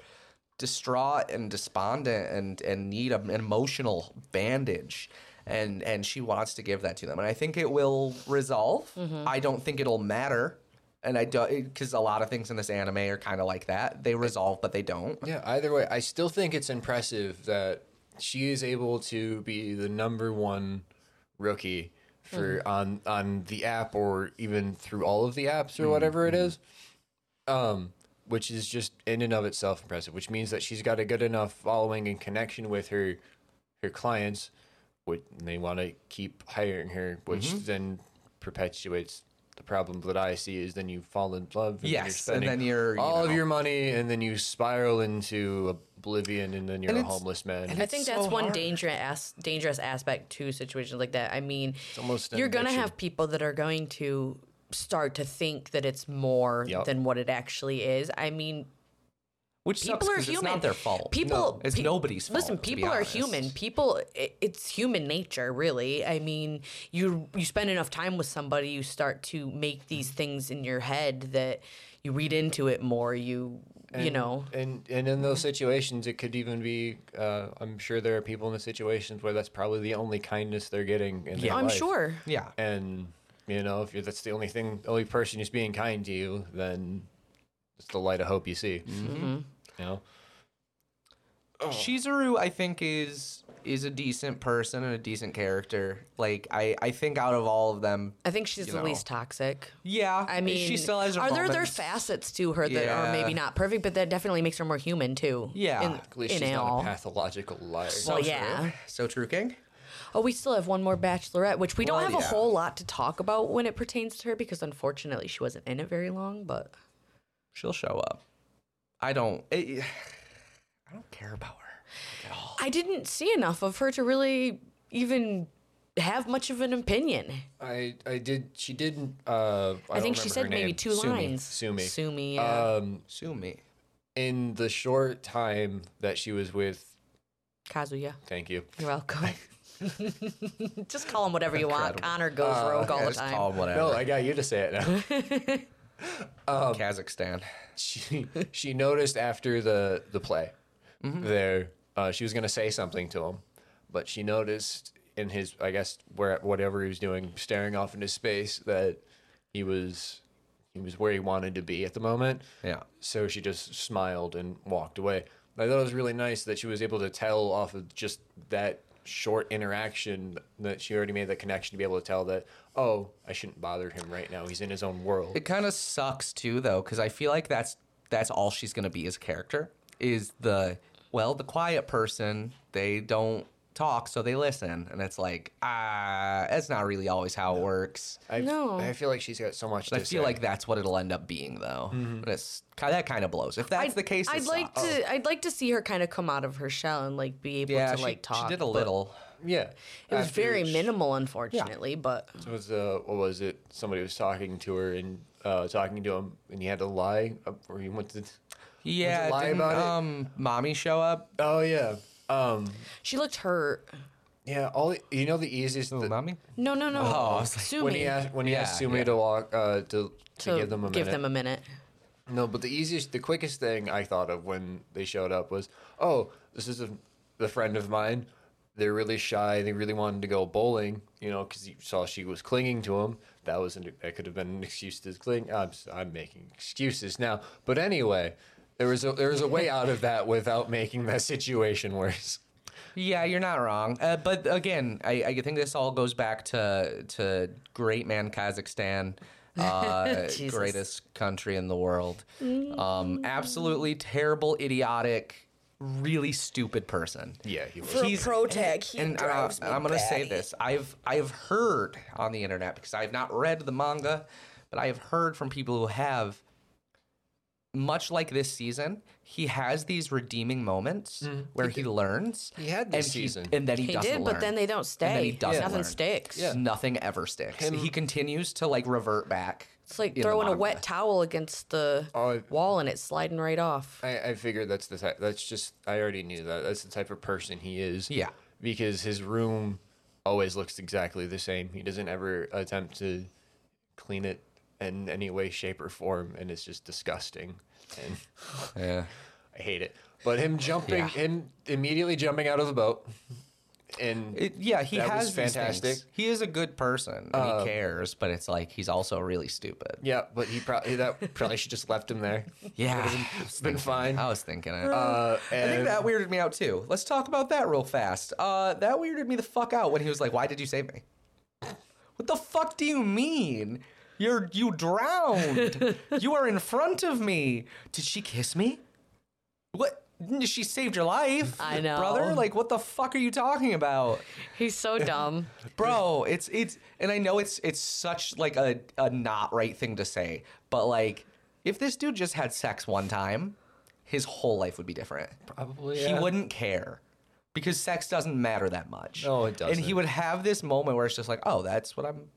distraught and despondent and and need a- an emotional bandage and and she wants to give that to them and i think it will resolve Mm-hmm. i don't think it'll matter and i don't because a lot of things in this anime are kind of like that they resolve but they don't yeah either way i still think it's impressive that she is able to be the number one rookie for Mm-hmm. on on the app or even through all of the apps Mm-hmm. or whatever it is um which is just in and of itself impressive which means that she's got a good enough following and connection with her her clients would and they want to keep hiring her which Mm-hmm. then perpetuates the problem that I see is then you fall in love. And Yes, and then you're, you all of know. your money, and then you spiral into oblivion, and then you're And a it's- homeless man. I think so that's one hard. dangerous as- dangerous aspect to situations like that. I mean, almost an you're going to addiction. have people that are going to start to think that it's more Yep. than what it actually is. I mean, which people sucks are 'cause human. it's not their fault People, it's pe- nobody's fault Listen, to be people are honest. human. People, i it's human nature, really. I mean, you you spend enough time with somebody, you start to make these things in your head that you read into it more. You you know, and and in those situations, it could even be. Uh, I'm sure there are people in the situations where that's probably the only kindness they're getting. In their I'm life. sure. yeah And you know, if you're, that's the only thing, only person who's being kind to you, then it's the light of hope you see. Mm-hmm. You know, Oh. Shizuru, I think is is a decent person and a decent character. Like I, I think out of all of them, I think she's the know. least toxic. yeah, I mean, she still has her are there there moments. facets to her that are Yeah. maybe not perfect, but that definitely makes her more human too. Yeah. in, at least in she's it not all. a pathological liar. Well, yeah. So true, King. Oh, we still have one more bachelorette, which we don't Well, have a yeah. whole lot to talk about when it pertains to her because unfortunately she wasn't in it very long. But She'll show up. I don't. It, [sighs] I don't care about her at all. I didn't see enough of her to really even have much of an opinion. I I did. She did. Uh, I, I, don't think she remember her said maybe name. two Sumi. lines. uh, Sumi. Sumi. Uh, Yeah. Um, Sue me. in the short time that she was with, Kazuya, thank you. you're welcome. [laughs] just call him whatever you want. Connor goes rogue all Yeah, the just time. call him whatever. No, I got you to say it now. Kazakhstan. she she noticed after the the play there, uh, she was gonna say something to him, but she noticed in his, I guess, where whatever he was doing, staring off into space, that he was he was where he wanted to be at the moment. Yeah. So she just smiled and walked away. I thought it was really nice that she was able to tell off of just that short interaction that she already made that connection to be able to tell that, oh, I shouldn't bother him right now. He's in his own world. It kind of sucks too, though, because I feel like that's that's all she's gonna be as a character is the well, the quiet person. They don't talk, so they listen, and it's like ah, that's not really always how it works. I, No. I feel like she's got so much to I feel say. like that's what it'll end up being, though. And it's ki- that kind of blows. If that's the case, it I'd like sucks. Oh. to. I'd like to see her kind of come out of her shell and like be able Yeah, to she, like talk. she did a but little. yeah. It was After very she- minimal, unfortunately. But it was uh, what was it? Somebody was talking to her and uh, talking to him, and he had to lie, uh, or he went to. Yeah, lie didn't, about it? um, mommy show up. Oh yeah, um, she looked hurt. yeah. All you know, the easiest. Ooh, the- mommy. No, no, no. Oh, I was like, Sumi. when he asked when he asked Yeah, Sumi yeah. to walk uh, to, to to give them a give minute. them a minute. no, but the easiest, the quickest thing I thought of when they showed up was, oh, this is a, the friend of mine. They're really shy. They really wanted to go bowling, you know, because you saw she was clinging to him. That was an, that could have been an excuse to cling. I'm s- I'm making excuses now, but anyway, there was a, there was a way out of that without making that situation worse. Yeah, you're not wrong. Uh, but again, I, I think this all goes back to to great man Kazakhstan, uh, Jesus. greatest country in the world. Um, absolutely terrible, idiotic, really stupid person. Yeah, he was. For He's- a pro tag, he And uh, drives me I'm going to say batty. this: I've I've heard on the internet because I've not read the manga, but I have heard from people who have. Much like this season, he has these redeeming moments Mm-hmm. where he, learns. He had this and season. and then he, He doesn't did, but learn. then they don't stay. then he doesn't Nothing learn. sticks. Yeah. Nothing ever sticks. he continues to like revert back. It's like in the throwing a manga. wet towel against the Oh, wall and it's sliding right off. I, I figured that's the type. That's just I already knew that. That's the type of person he is. Yeah. because his room always looks exactly the same. He doesn't ever attempt to clean it in any way, shape, or form, and it's just disgusting. And Yeah. I hate it. But him jumping, Yeah. him immediately jumping out of the boat, and It- yeah, he That was has these fantastic. Um, things. He is a good person. And he cares, but it's like he's also really stupid. yeah, but he probably that probably should just left him there. [laughs] Yeah. It's been fine. I was thinking it. Uh, I and think that weirded me out too. Let's talk about that real fast. Uh, that weirded me the fuck out when he was like, "Why did you save me?" What the fuck do you mean? You're you drowned. you are in front of me. Did she kiss me? What? She saved your life. I know. brother. Like, what the fuck are you talking about, [laughs] He's so dumb. bro? It's it's, and I know it's it's such like a a not right thing to say, but like, if this dude just had sex one time, his whole life would be different probably he wouldn't care because sex doesn't matter that much. No, it And he doesn't. would have this moment where it's just like, oh, that's what I'm.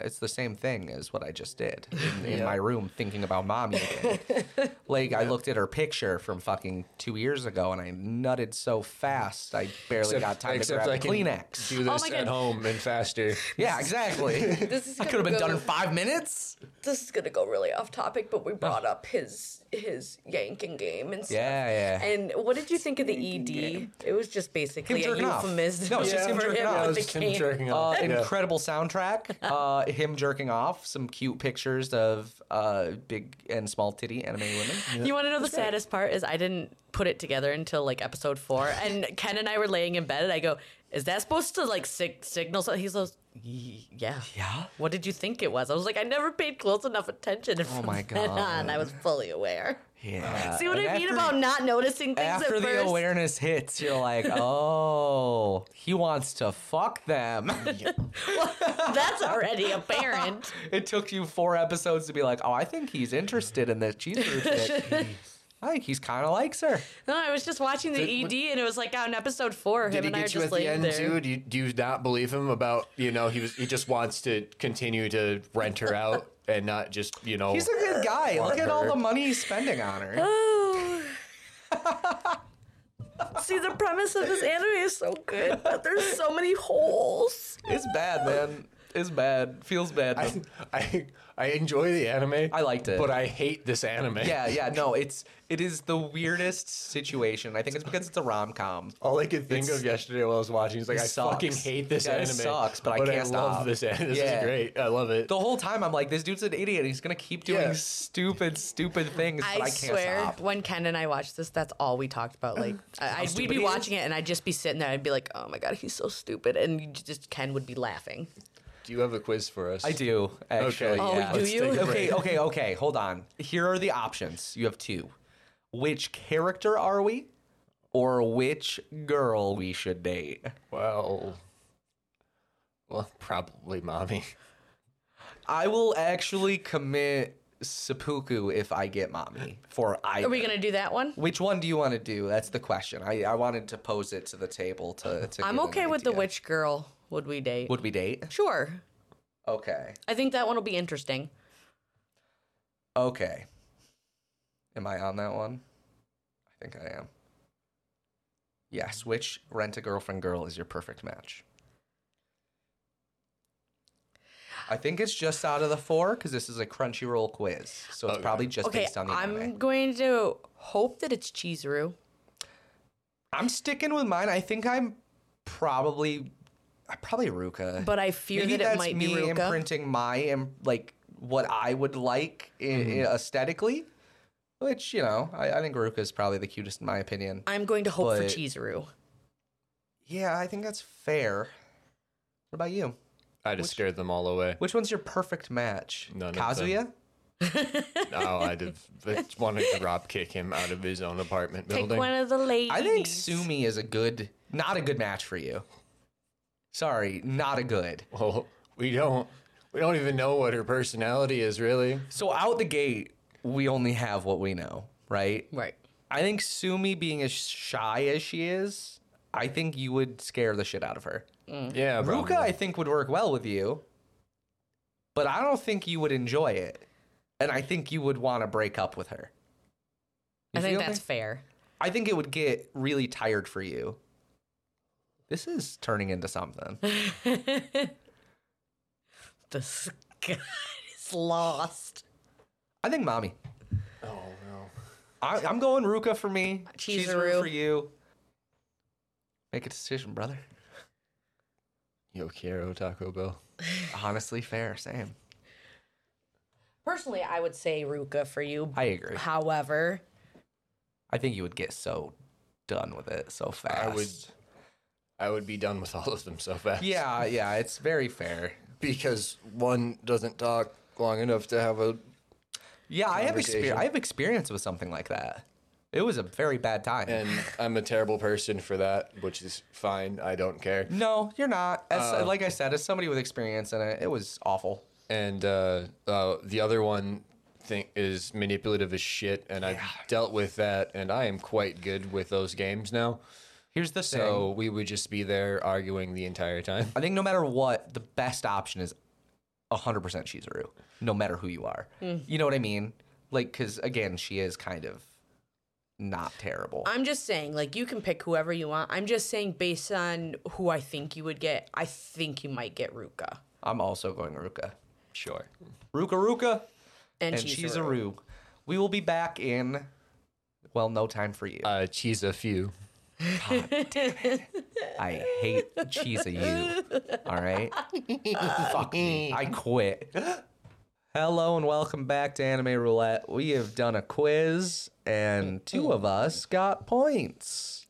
It's the same thing as what I just did in, in my room, thinking about mommy again. [laughs] like I looked at her picture from fucking two years ago, and I nutted so fast I barely got time to grab a Kleenex. do this my at God. home and faster. [laughs] Yeah, [laughs] exactly. This is I could have been done in five minutes. This is gonna go really off topic, but we brought up his his yanking game and stuff. Yeah, yeah. And what did you think of the ED? It was just basically Him a jerking off. euphemism. No, it's [laughs] just him for jerking him off. Yeah, it with was the him cane. jerking [laughs] Uh, off. Yeah. Incredible [laughs] soundtrack. Uh, him jerking off. Some cute pictures of uh, big and small titty anime women. You want to know the saddest part is I didn't put it together until like episode four, and [laughs] Ken and I were laying in bed, and I go, "Is that supposed to like sig- signal?" something?" he's like, "Y- "Yeah, Yeah. What did you think it was? I was like, I never paid close enough attention. Oh And from my [laughs] then God. on, I was fully aware. Uh, Yeah. See what Uh, And I mean after- about not noticing things after at the first? awareness hits, you're like, oh, he wants to fuck them. [laughs] That's [laughs] already apparent. [laughs] it took you four episodes to be like, oh, I think he's interested in this [laughs] cheeseburger chick. I think he's kind of likes her. No, I was just watching the Did- ED, and it was like on episode four. Did him he and I are get you just at the laying end there. too? Do you, do you not believe him about you know he was he just wants to continue to rent her [laughs] out and not just you know He's a good guy. Look at all her. the money he's spending on her. [laughs] [laughs] See, the premise of this anime is so good, but there's so many holes. It's bad, man. It's bad. Feels bad. I, I I enjoy the anime. I liked it. but I hate this anime. yeah, yeah, no, it's it is the weirdest situation. I think it's because it's a rom com. All I could think of yesterday while I was watching is like It I sucks. fucking hate this Yeah, it anime. sucks, but I can't stop. love this anime. This Yeah. is great. I love it. The whole time I'm like, this dude's an idiot. He's gonna keep doing Yeah. stupid, stupid things. I, but I can't swear, stop. when Ken and I watched this, that's all we talked [sighs] about. Like, I, I'd, we'd stupid be he is. watching it, and I'd just be sitting there, I'd be like, "Oh my god, he's so stupid," and you just Ken would be laughing. do you have a quiz for us? I do actually. Oh, yeah. do Let's you? take a Okay, break. okay, okay. Hold on. Here are the options. You have two. Which character are we, or which girl we should date? Well, well, probably mommy. I will actually commit seppuku if I get mommy for either. Are we gonna do that one? Which one do you want to do? That's the question. I, I wanted to pose it to the table to. to I'm give an okay with the idea. witch girl. Would we date? Would we date? Sure. Okay. I think that one will be interesting. Okay. Am I on that one? I think I am. Yes, which rent a girlfriend girl is your perfect match? I think it's just out of the four because this is a Crunchyroll quiz, so it's probably just Okay, based on the I'm anime. going to hope that it's Chizuru. I'm sticking with mine. I think I'm probably. probably Ruka. But I fear Maybe that it that's might me be Ruka. imprinting my im- like what I would like i- Mm-hmm. i- aesthetically, which you know I, I think Ruka is probably the cutest in my opinion. I'm going to hope for But- Chizuru. Yeah, I think that's fair. What about you? I just scared them all away. Which one's your perfect match? None of them. Kazuya. No, Oh, I just I just wanted to rob kick him out of his own apartment Pick building. one of the ladies. I think Sumi is a good, not a good match for you. Sorry, not a good. Well, we don't we don't even know what her personality is really. So out the gate, we only have what we know, right? Right. I think Sumi being as shy as she is, I think you would scare the shit out of her. Yeah, Ruka, I think, would work well with you, but I don't think you would enjoy it. And I think you would want to break up with her. You I think feel me? that's fair. I think it would get really tired for you. This is turning into something. [laughs] The sky is lost. I think mommy. Oh no. I, I'm going Ruka for me. Chizuru. Chizuru for you. Make a decision, brother. Yo quiero Taco Bell. Honestly, fair. Same. Personally, I would say Ruka for you. I agree. However, I think you would get so done with it so fast. I would I would be done with all of them so fast. Yeah, yeah. It's very fair. Because one doesn't talk long enough to have a Yeah, I have Conversation. experience. I have experience with something like that. It was a very bad time. and I'm a terrible person for that, which is fine. I don't care. no, you're not. As, like I said, as somebody with experience in it, it was awful. and uh, uh, the other one thing is manipulative as shit, and I've dealt with that, and I am quite good with those games now. Here's the thing. So we would just be there arguing the entire [laughs] time. I think no matter what, the best option is 100% Shizuru, no matter who you are. You know what I mean? Like, because again, she is kind of not terrible. I'm just saying, like, you can pick whoever you want. I'm just saying, based on who I think you would get, I think you might get Ruka I'm also going Ruka. Sure. Ruka Ruka and, and Chizuru. Shizuru. We will be back in, well, no time for you. Uh, cheese a few. I hate cheese of you. All right? [laughs] Fuck me. I quit. Hello and welcome back to Anime Roulette. We have done a quiz and two of us got [laughs] points.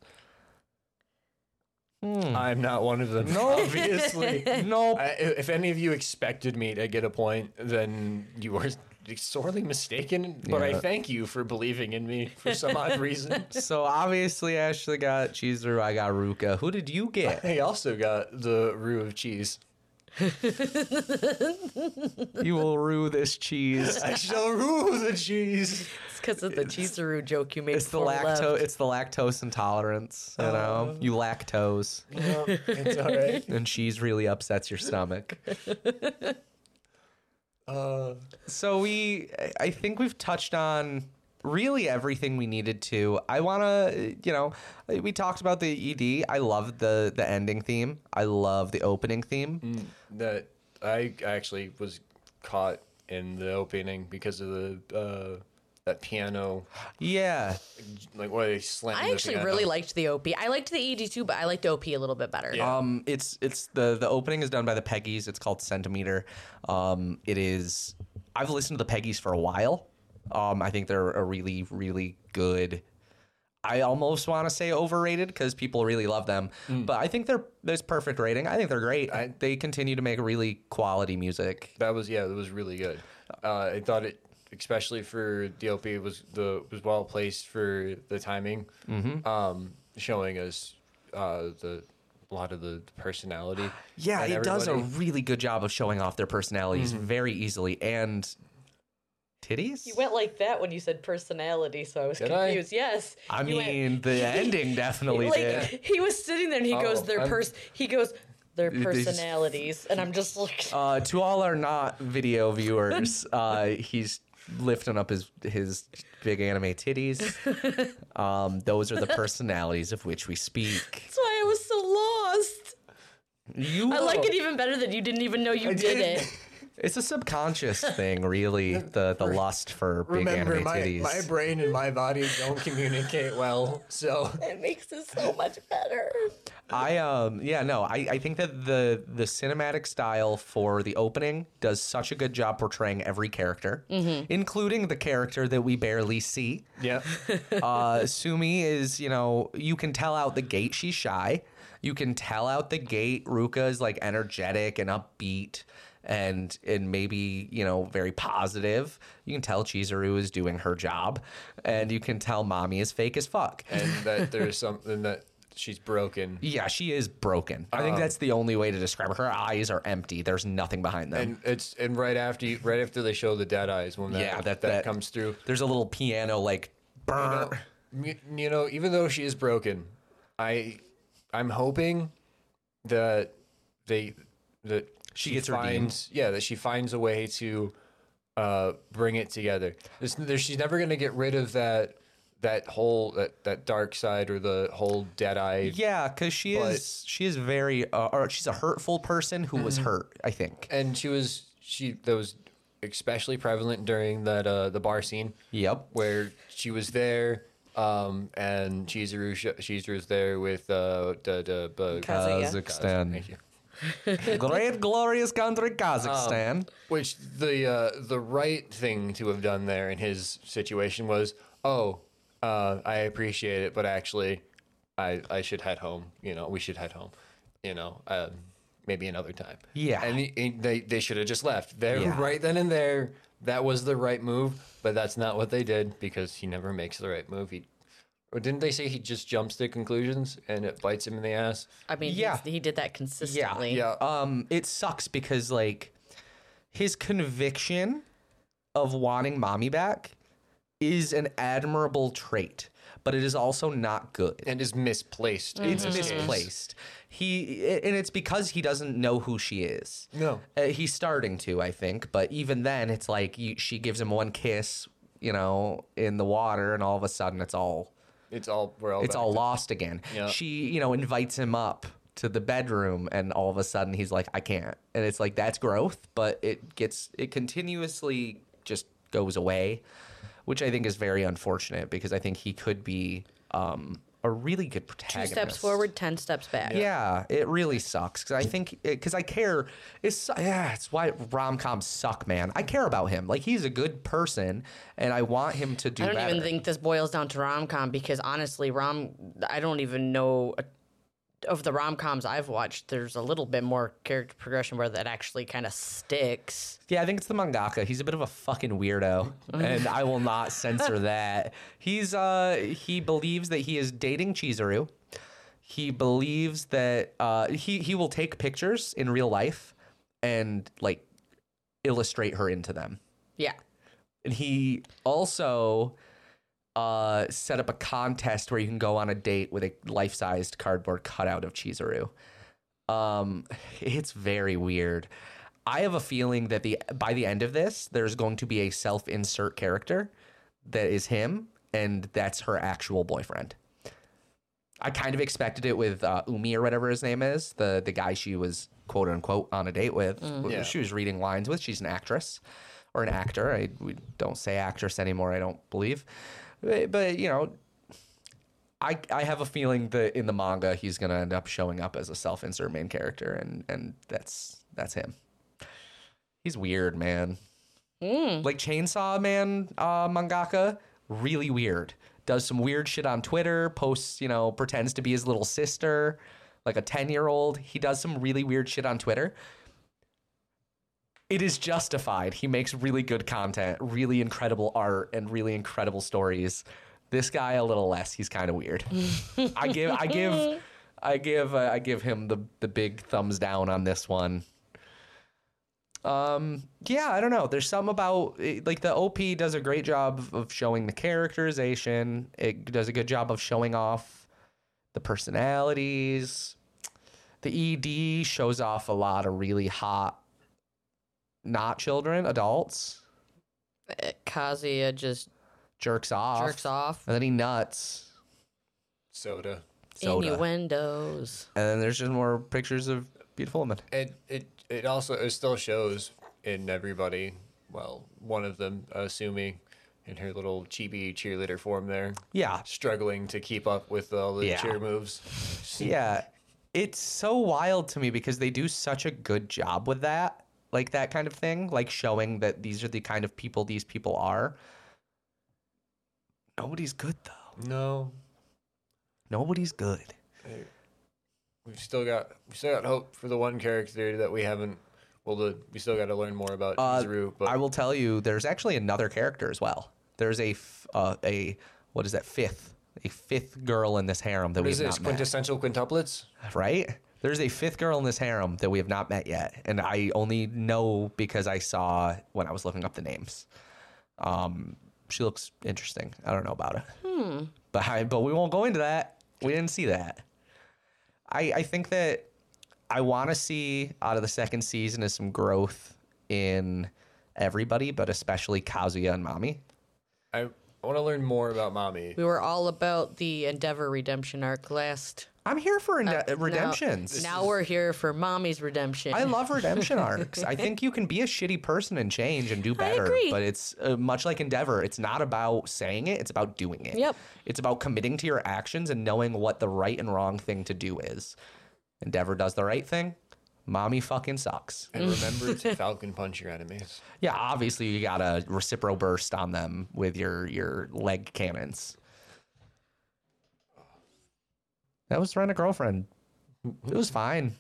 I'm not one of them. Hmm. [laughs] No. [laughs] obviously. Nope. I, if any of you expected me to get a point, then you were sorely mistaken. But I Yeah. thank you for believing in me for some [laughs] odd reason. So obviously Ashley got Cheezer, I got Ruka. Who did you get? I also got the roux of cheese. [laughs] You will rue this cheese. I shall rule the cheese. It's because of the Chizuru joke you made. It's the before we lacto left. it's the lactose intolerance, you know. You lactose. Well, Um, it's [laughs] all right. And cheese really upsets your stomach. Uh, So we, I- I think we've touched on really everything we needed to. I want to, you know, we talked about the ED. I love the the ending theme. I love the opening theme. that I actually was caught in the opening because of the uh, that piano, Yeah, like where they slammed. I the actually piano. really liked the OP. I liked the ED too, but I liked OP a little bit better. Yeah. Um, it's it's the the opening is done by the Peggies. It's called Centimeter. Um, it is. I've listened to the Peggies for a while. Um, I think they're a really really good. I almost want to say overrated because people really love them, but I think they're there's perfect rating. I think they're great. they continue to make really quality music. That was yeah, that was really good. Uh, I thought it, especially for DLP, it was the was well placed for the timing, um, showing us uh, the a lot of the [sighs] personality. Yeah, and it does a everybody. really good job of showing off their personalities very easily and titties. You went like that when you said personality, so I was Did I? confused. Yes. I You went- mean, [laughs] the ending definitely like did. [laughs] he was sitting there and he goes Oh, their I'm- pers he goes their This- personalities and I'm just like Uh, to all our not video [laughs] viewers, uh, he's lifting up his his big anime [laughs] titties. Um, those are the personalities of which we speak. that's why I was so lost. You, I like it even better that you didn't even know you did didn't. it. It's a subconscious thing, really. The the lust for big Remember, anime my, titties. my brain and my body don't [laughs] communicate well, [laughs] so It makes it so much better. I um yeah no I, I think that the the cinematic style for the opening does such a good job portraying every character, Mm-hmm. including the character that we barely see. yeah. Uh, Sumi is you know you can tell out the gate she's shy, you can tell out the gate Ruka is like energetic and upbeat and and maybe you know very positive. You can tell Chizuru is doing her job, and you can tell mommy is fake as fuck. And that there's something that she's [laughs] broken. Yeah, she is broken. I Um, think that's the only way to describe her. Her eyes are empty. There's nothing behind them. And it's and right after you, right after they show the dead eyes when that Yeah, that, that- that, that- comes through. There's a little piano like burr. M- You know, even though she is broken, I I'm hoping that they that She gets redeemed. finds yeah that she finds a way to uh bring it together. It's, there, she's never gonna get rid of that that whole that, that dark side or the whole dead eye. Yeah, because she But- is she is very uh, or she's a hurtful person who Mm-hmm. was hurt. I think. And she was she that was especially prevalent during that uh the bar scene. Yep. where she was there, um, and Chizuru sh- Chizuru's there with uh, da, da, bu- Kazuya. Kazakhstan, Thank you. [laughs] Um, great glorious country, Kazakhstan. Which the uh, the right thing to have done there in his situation was, oh, uh, I appreciate it, but actually, I I should head home. You know, we should head home. You know, uh, maybe another time. Yeah. and, he- and they they should have just left there Yeah. right then and there. That was the right move, but that's not what they did because he never makes the right move. He, or didn't they say he just jumps to conclusions and it bites him in the ass? I mean, Yeah. he's- he did that consistently. Yeah, um, it sucks because like his conviction of wanting mommy back is an admirable trait, but it is also not good. and is misplaced. in It's Mm-hmm. this case. misplaced. He and it's because he doesn't know who she is. No. Uh, he's starting to, I think. But even then, it's like you, she gives him one kiss, you know, in the water, and all of a sudden, it's all It's all we're all it's back all to- lost again. Yeah. She, you know, invites him up to the bedroom, and all of a sudden, he's like, "I can't," and it's like that's growth, but it gets it continuously just goes away, which I think is very unfortunate because I think he could be. Um, a really good Two protagonist. steps forward, ten steps back. Yeah, it really sucks because I think because I care. It's yeah, it's why rom coms suck, man. I care about him. Like he's a good person, and I want him to do. I don't better. even think this boils down to rom com because honestly, rom I don't even know a- of the rom coms I've watched. There's a little bit more character progression where that actually kind of sticks. Yeah, I think it's the mangaka. He's a bit of a fucking [laughs] weirdo, Oh, and I will not censor that. He's uh he believes that he is dating Chizuru. He believes that uh he he will take pictures in real life and like illustrate her into them. Yeah, and he also uh, set up a contest where you can go on a date with a life-sized cardboard cutout of Chizuru. Um, it's very weird. I have a feeling that the by the end of this, there's going to be a self-insert character that is him, and that's her actual boyfriend. I kind of expected it with uh, Umi or whatever his name is, the the guy she was quote unquote on a date with. w- Yeah. She was reading lines with. She's an actress or an actor. I we don't say actress anymore. I don't believe, but, but you know, I I have a feeling that in the manga he's gonna end up showing up as a self insert main character, and and that's that's him. He's weird, man. Like Chainsaw Man uh, mangaka, really weird. Does some weird shit on Twitter. Posts, you know, pretends to be his little sister, like a ten year old. He does some really weird shit on Twitter. It is justified. He makes really good content, really incredible art, and really incredible stories. This guy a little less. He's kind of weird. I give, I give, I give, uh, I give him the the big thumbs down on this one. Um, yeah, I don't know. There's something about it- like the OP does a great job of- of showing the characterization. It does a good job of showing off the personalities. The ED shows off a lot of really hot, not children, adults. Uh, Kazuya just Jerks off. jerks off And then he nuts. soda. Soda. innuendos. And then there's just more pictures of beautiful women. It it it also it still shows in everybody. Well, one of them, uh, Sumi, in her little chibi cheerleader form there, Yeah. struggling to keep up with all the Yeah. cheer moves. Yeah. It's so wild to me because they do such a good job with that, like that kind of thing, like showing that these are the kind of people these people are. Nobody's good though. No, Nobody's good. we've still got we still got hope for the one character that we haven't. Well, the, we still got to learn more about Uh, Zru, but I will tell you, there's actually another character as well. There's a f- uh, a what is that fifth a fifth girl in this harem that what we is have this not met, quintessential quintuplets? right? There's a fifth girl in this harem that we have not met yet, and I only know because I saw when I was looking up the names. Um, she looks interesting. I don't know about her, but I, but we won't go into that. We didn't see that. I I think that I want to see out of the second season is some growth in everybody, but especially Kazuya and Mommy. I want to learn more about mommy. We were all about the Endeavor redemption arc last. I'm here for inde- Now- redemptions. Now, we're here for mommy's redemption. [laughs] I love redemption arcs. I think you can be a shitty person and change and do better. agree. But it's uh, much like Endeavor. It's not about saying it. It's about doing it. Yep. It's about committing to your actions and knowing what the right and wrong thing to do is. Endeavor does the right thing. Mommy fucking sucks. [laughs] And remember to falcon punch your enemies. Yeah, obviously you got a recipro burst on them with your your leg cannons. That was Rent a Girlfriend. It was fine.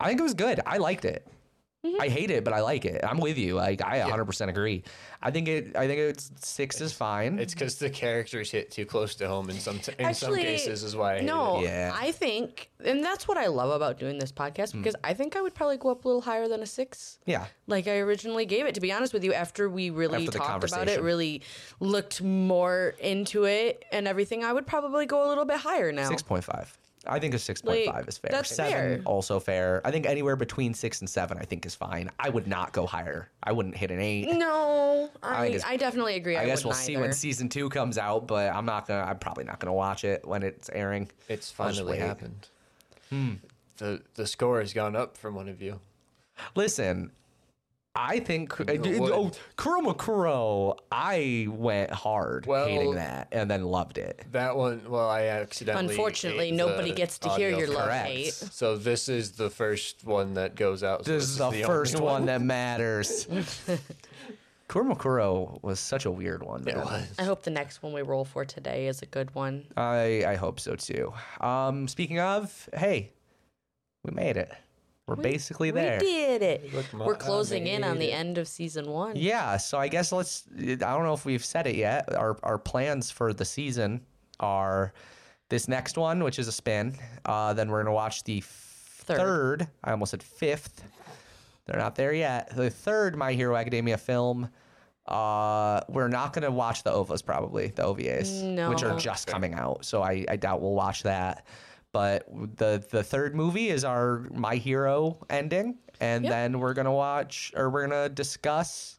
I think it was good. I liked it. Mm-hmm. I hate it, but I like it. I'm with you. Like I 100% agree. I think it. I think it's six is fine. It's because the characters hit too close to home in some t- in some cases is why. I hated no, it. Yeah. Hmm. I think, and that's what I love about doing this podcast because I think I would probably go up a little higher than a six. yeah, like I originally gave it. To be honest with you, after we really After the talked about it, conversation. really looked more into it and everything, I would probably go a little bit higher now. six point five. I think a six point five Like, is fair. that's seven fair. also fair. I think anywhere between six and seven, I think is fine. I would not go higher. I wouldn't hit an eight. No, I, think I, it's- definitely agree. I, I guess we'll wouldn't see when either. season two comes out, but I'm not gonna. I'm probably not gonna watch it when it's airing. It's I'll just finally wait. happened. Hmm. The the score has gone up from one of you. Listen, I think. You would. oh, Kuruma Kuro, I went hard Well- hating that, and then loved it. That one, well, I accidentally. Unfortunately, ate nobody the gets to hear audio your file. love uh, Correct. hate. So this is the first one that goes out. so This is the, only [laughs] first one. that matters. Kuruma Kuro was such a weird one. It man. was. I hope the next one we roll for today is a good one. I I hope so too. Um, speaking of, hey, we made it. We're basically there. We did it. Look, Ma- We're closing in on made the it. end of season one. Yeah, so I guess let's. I don't know if we've said it yet. Our our plans for the season are this next one, which is a spin. Uh, then we're gonna watch the third. Third. I almost said fifth. They're not there yet. The third My Hero Academia film. Uh, we're not gonna watch the OVAs probably the OVAs, which are No. just coming out. So I, I doubt we'll watch that. But the the third movie is our My Hero ending, and then we're gonna watch or we're gonna discuss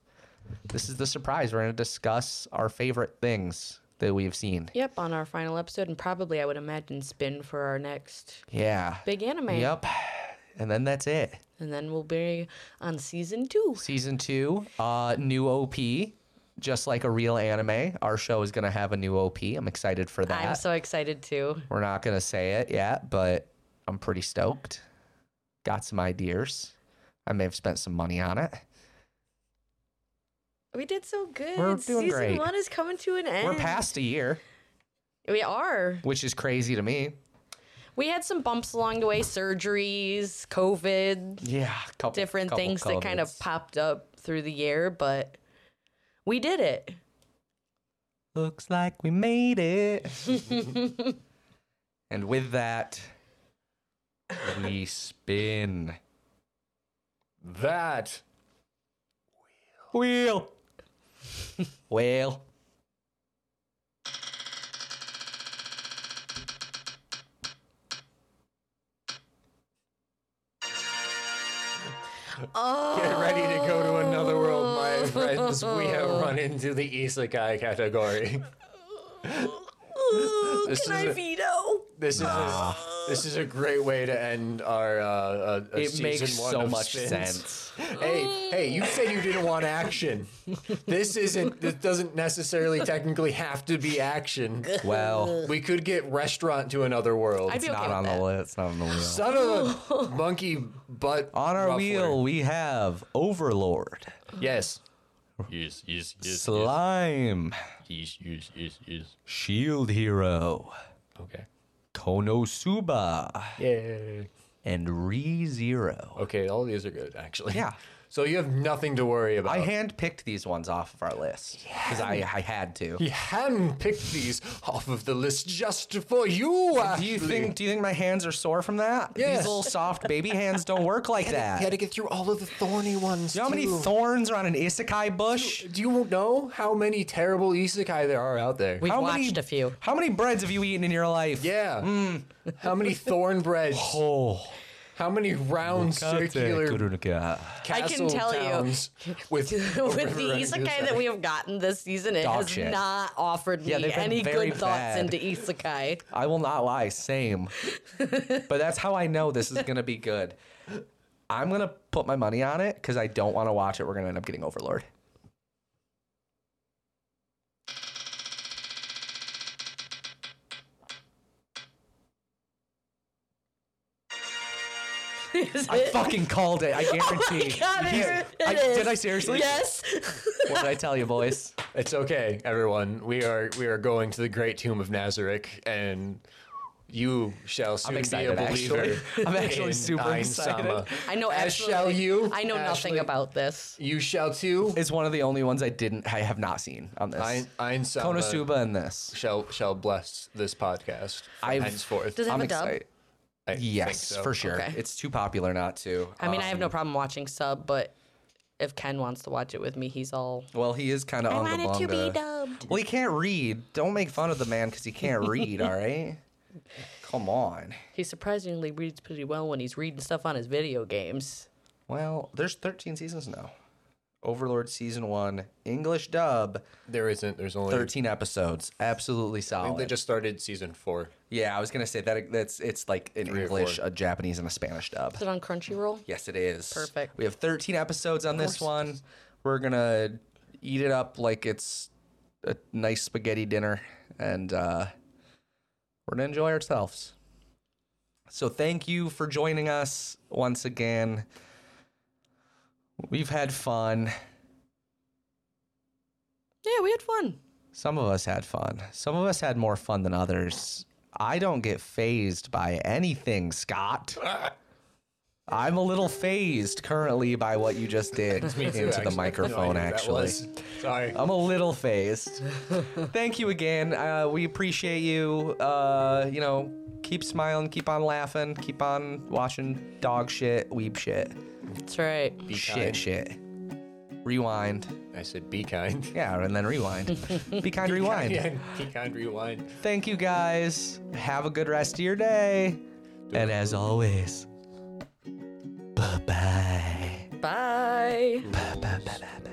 this is the surprise. We're going to discuss our favorite things that we have seen. Yep, on our final episode, and probably I would imagine spin for our next Yeah. big anime. Yep. And then that's it. And then we'll be on season two. Season two, uh, new OP. Just like a real anime, our show is going to have a new OP. I'm excited for that. I'm so excited too. We're not going to say it yet, but I'm pretty stoked. Got some ideas. I may have spent some money on it. We did so good. We're doing Season great. one is coming to an end. We're past a year, We are. which is crazy to me. We had some bumps along the way, surgeries, COVID, Yeah. Couple, different couple things that kind of COVIDs. popped up through the year, but we did it. Looks like we made it. [laughs] and with that, we spin. That Wheel. Wheel. Get ready to go to another world, Oh. my friends. We have run into the isekai category. [laughs] Ooh, This can is I a- veto? This is a, This is a great way to end our uh, uh, uh, It season makes one so of much Spins. sense. [laughs] Hey, hey! You said you didn't want action. This isn't. This doesn't necessarily technically have to be action. Well, We could get restaurant to another world. I'd be it's okay not with on that. the list. Not on the [sighs] wheel. Son of a [laughs] monkey butt. On our ruffler. wheel, we have Overlord, Yes. Yes, yes, yes, Slime, yes, yes, yes, yes. Shield Hero, Okay. Konosuba, Yeah. and Re Zero. Okay. All these are good, actually. Yeah. So you have nothing to worry about. I handpicked these ones off of our list because I, I had to. He handpicked these off of the list just for you. Do you Ashley. think? Do you think my hands are sore from that? Yes. These little soft baby hands don't [laughs] work like that. You had to get through all of the thorny ones. You know how many too. thorns are on an isekai bush? Do you know how many terrible isekai there are out there? We've How watched many, [laughs] a few. How many breads have you eaten in your life? yeah. Hmm. [laughs] How many thorn breads? [laughs] Oh, How many round circular I can castle tell you. [laughs] towns with with the isekai that we have gotten this season, it Dog has shit. not offered me Yeah, they've been any very good thoughts bad. into isekai. [laughs] I will not lie, same. but that's how I know this is gonna be good. I'm gonna put my money on it because I don't want to watch it. We're gonna end up getting Overlord. Is I [laughs] it? fucking called it. I [laughs] guarantee. Oh God, He's- it- it I- is. did I seriously? Yes. What did I tell you, boys? It's okay, everyone. We are we are going to the great tomb of Nazareth, and you shall soon I'm excited. be a believer. [laughs] Actually, [laughs] I'm actually in super Ein excited. Sama. I know. As absolutely- shall you. I know nothing Ashley. about this. You shall too. It's one of the only ones I didn't. I have not seen on this. Ein, Ein Sama Konosuba and this. shall shall bless this podcast from I've- henceforth. Does it have I'm a dub? excited. I think Yes, so. for sure. Okay. It's too popular not to. I mean, I have no problem watching sub, but if Ken wants to watch it with me, he's all. Uh, Well, he is kind of on the bum to- dubbed. Well, he can't read. Don't make fun of the man because he can't read. all right. Come on. He surprisingly reads pretty well when he's reading stuff on his video games. Well, there's 13 seasons now. Overlord season one, English dub, There isn't. There's only. 13 episodes. Absolutely I think solid. they just started season four. yeah, I was gonna say that. That's it's like an or English, four. a Japanese, and a Spanish dub. Is it on Crunchyroll? Yes, it is. Perfect. We have 13 episodes on this one. We're going to eat it up like it's a nice spaghetti dinner and uh, we're going to enjoy ourselves. So, thank you for joining us once again. We've had fun. Yeah, we had fun. Some of us had fun. Some of us had more fun than others. I don't get phased by anything, Scott. I'm a little phased currently by what you just did into the microphone, actually. Sorry. I'm a little phased. Thank you again. Uh, we appreciate you. Uh, you know, keep smiling, keep on laughing, keep on watching dog shit, weep shit, That's right. shit, kind. shit. Rewind. I said be kind. Yeah, and then rewind. Be kind, [laughs] rewind. be kind, rewind. Thank you guys. Have a good rest of your day. And as always, bye bye. Bye. Bye bye bye bye.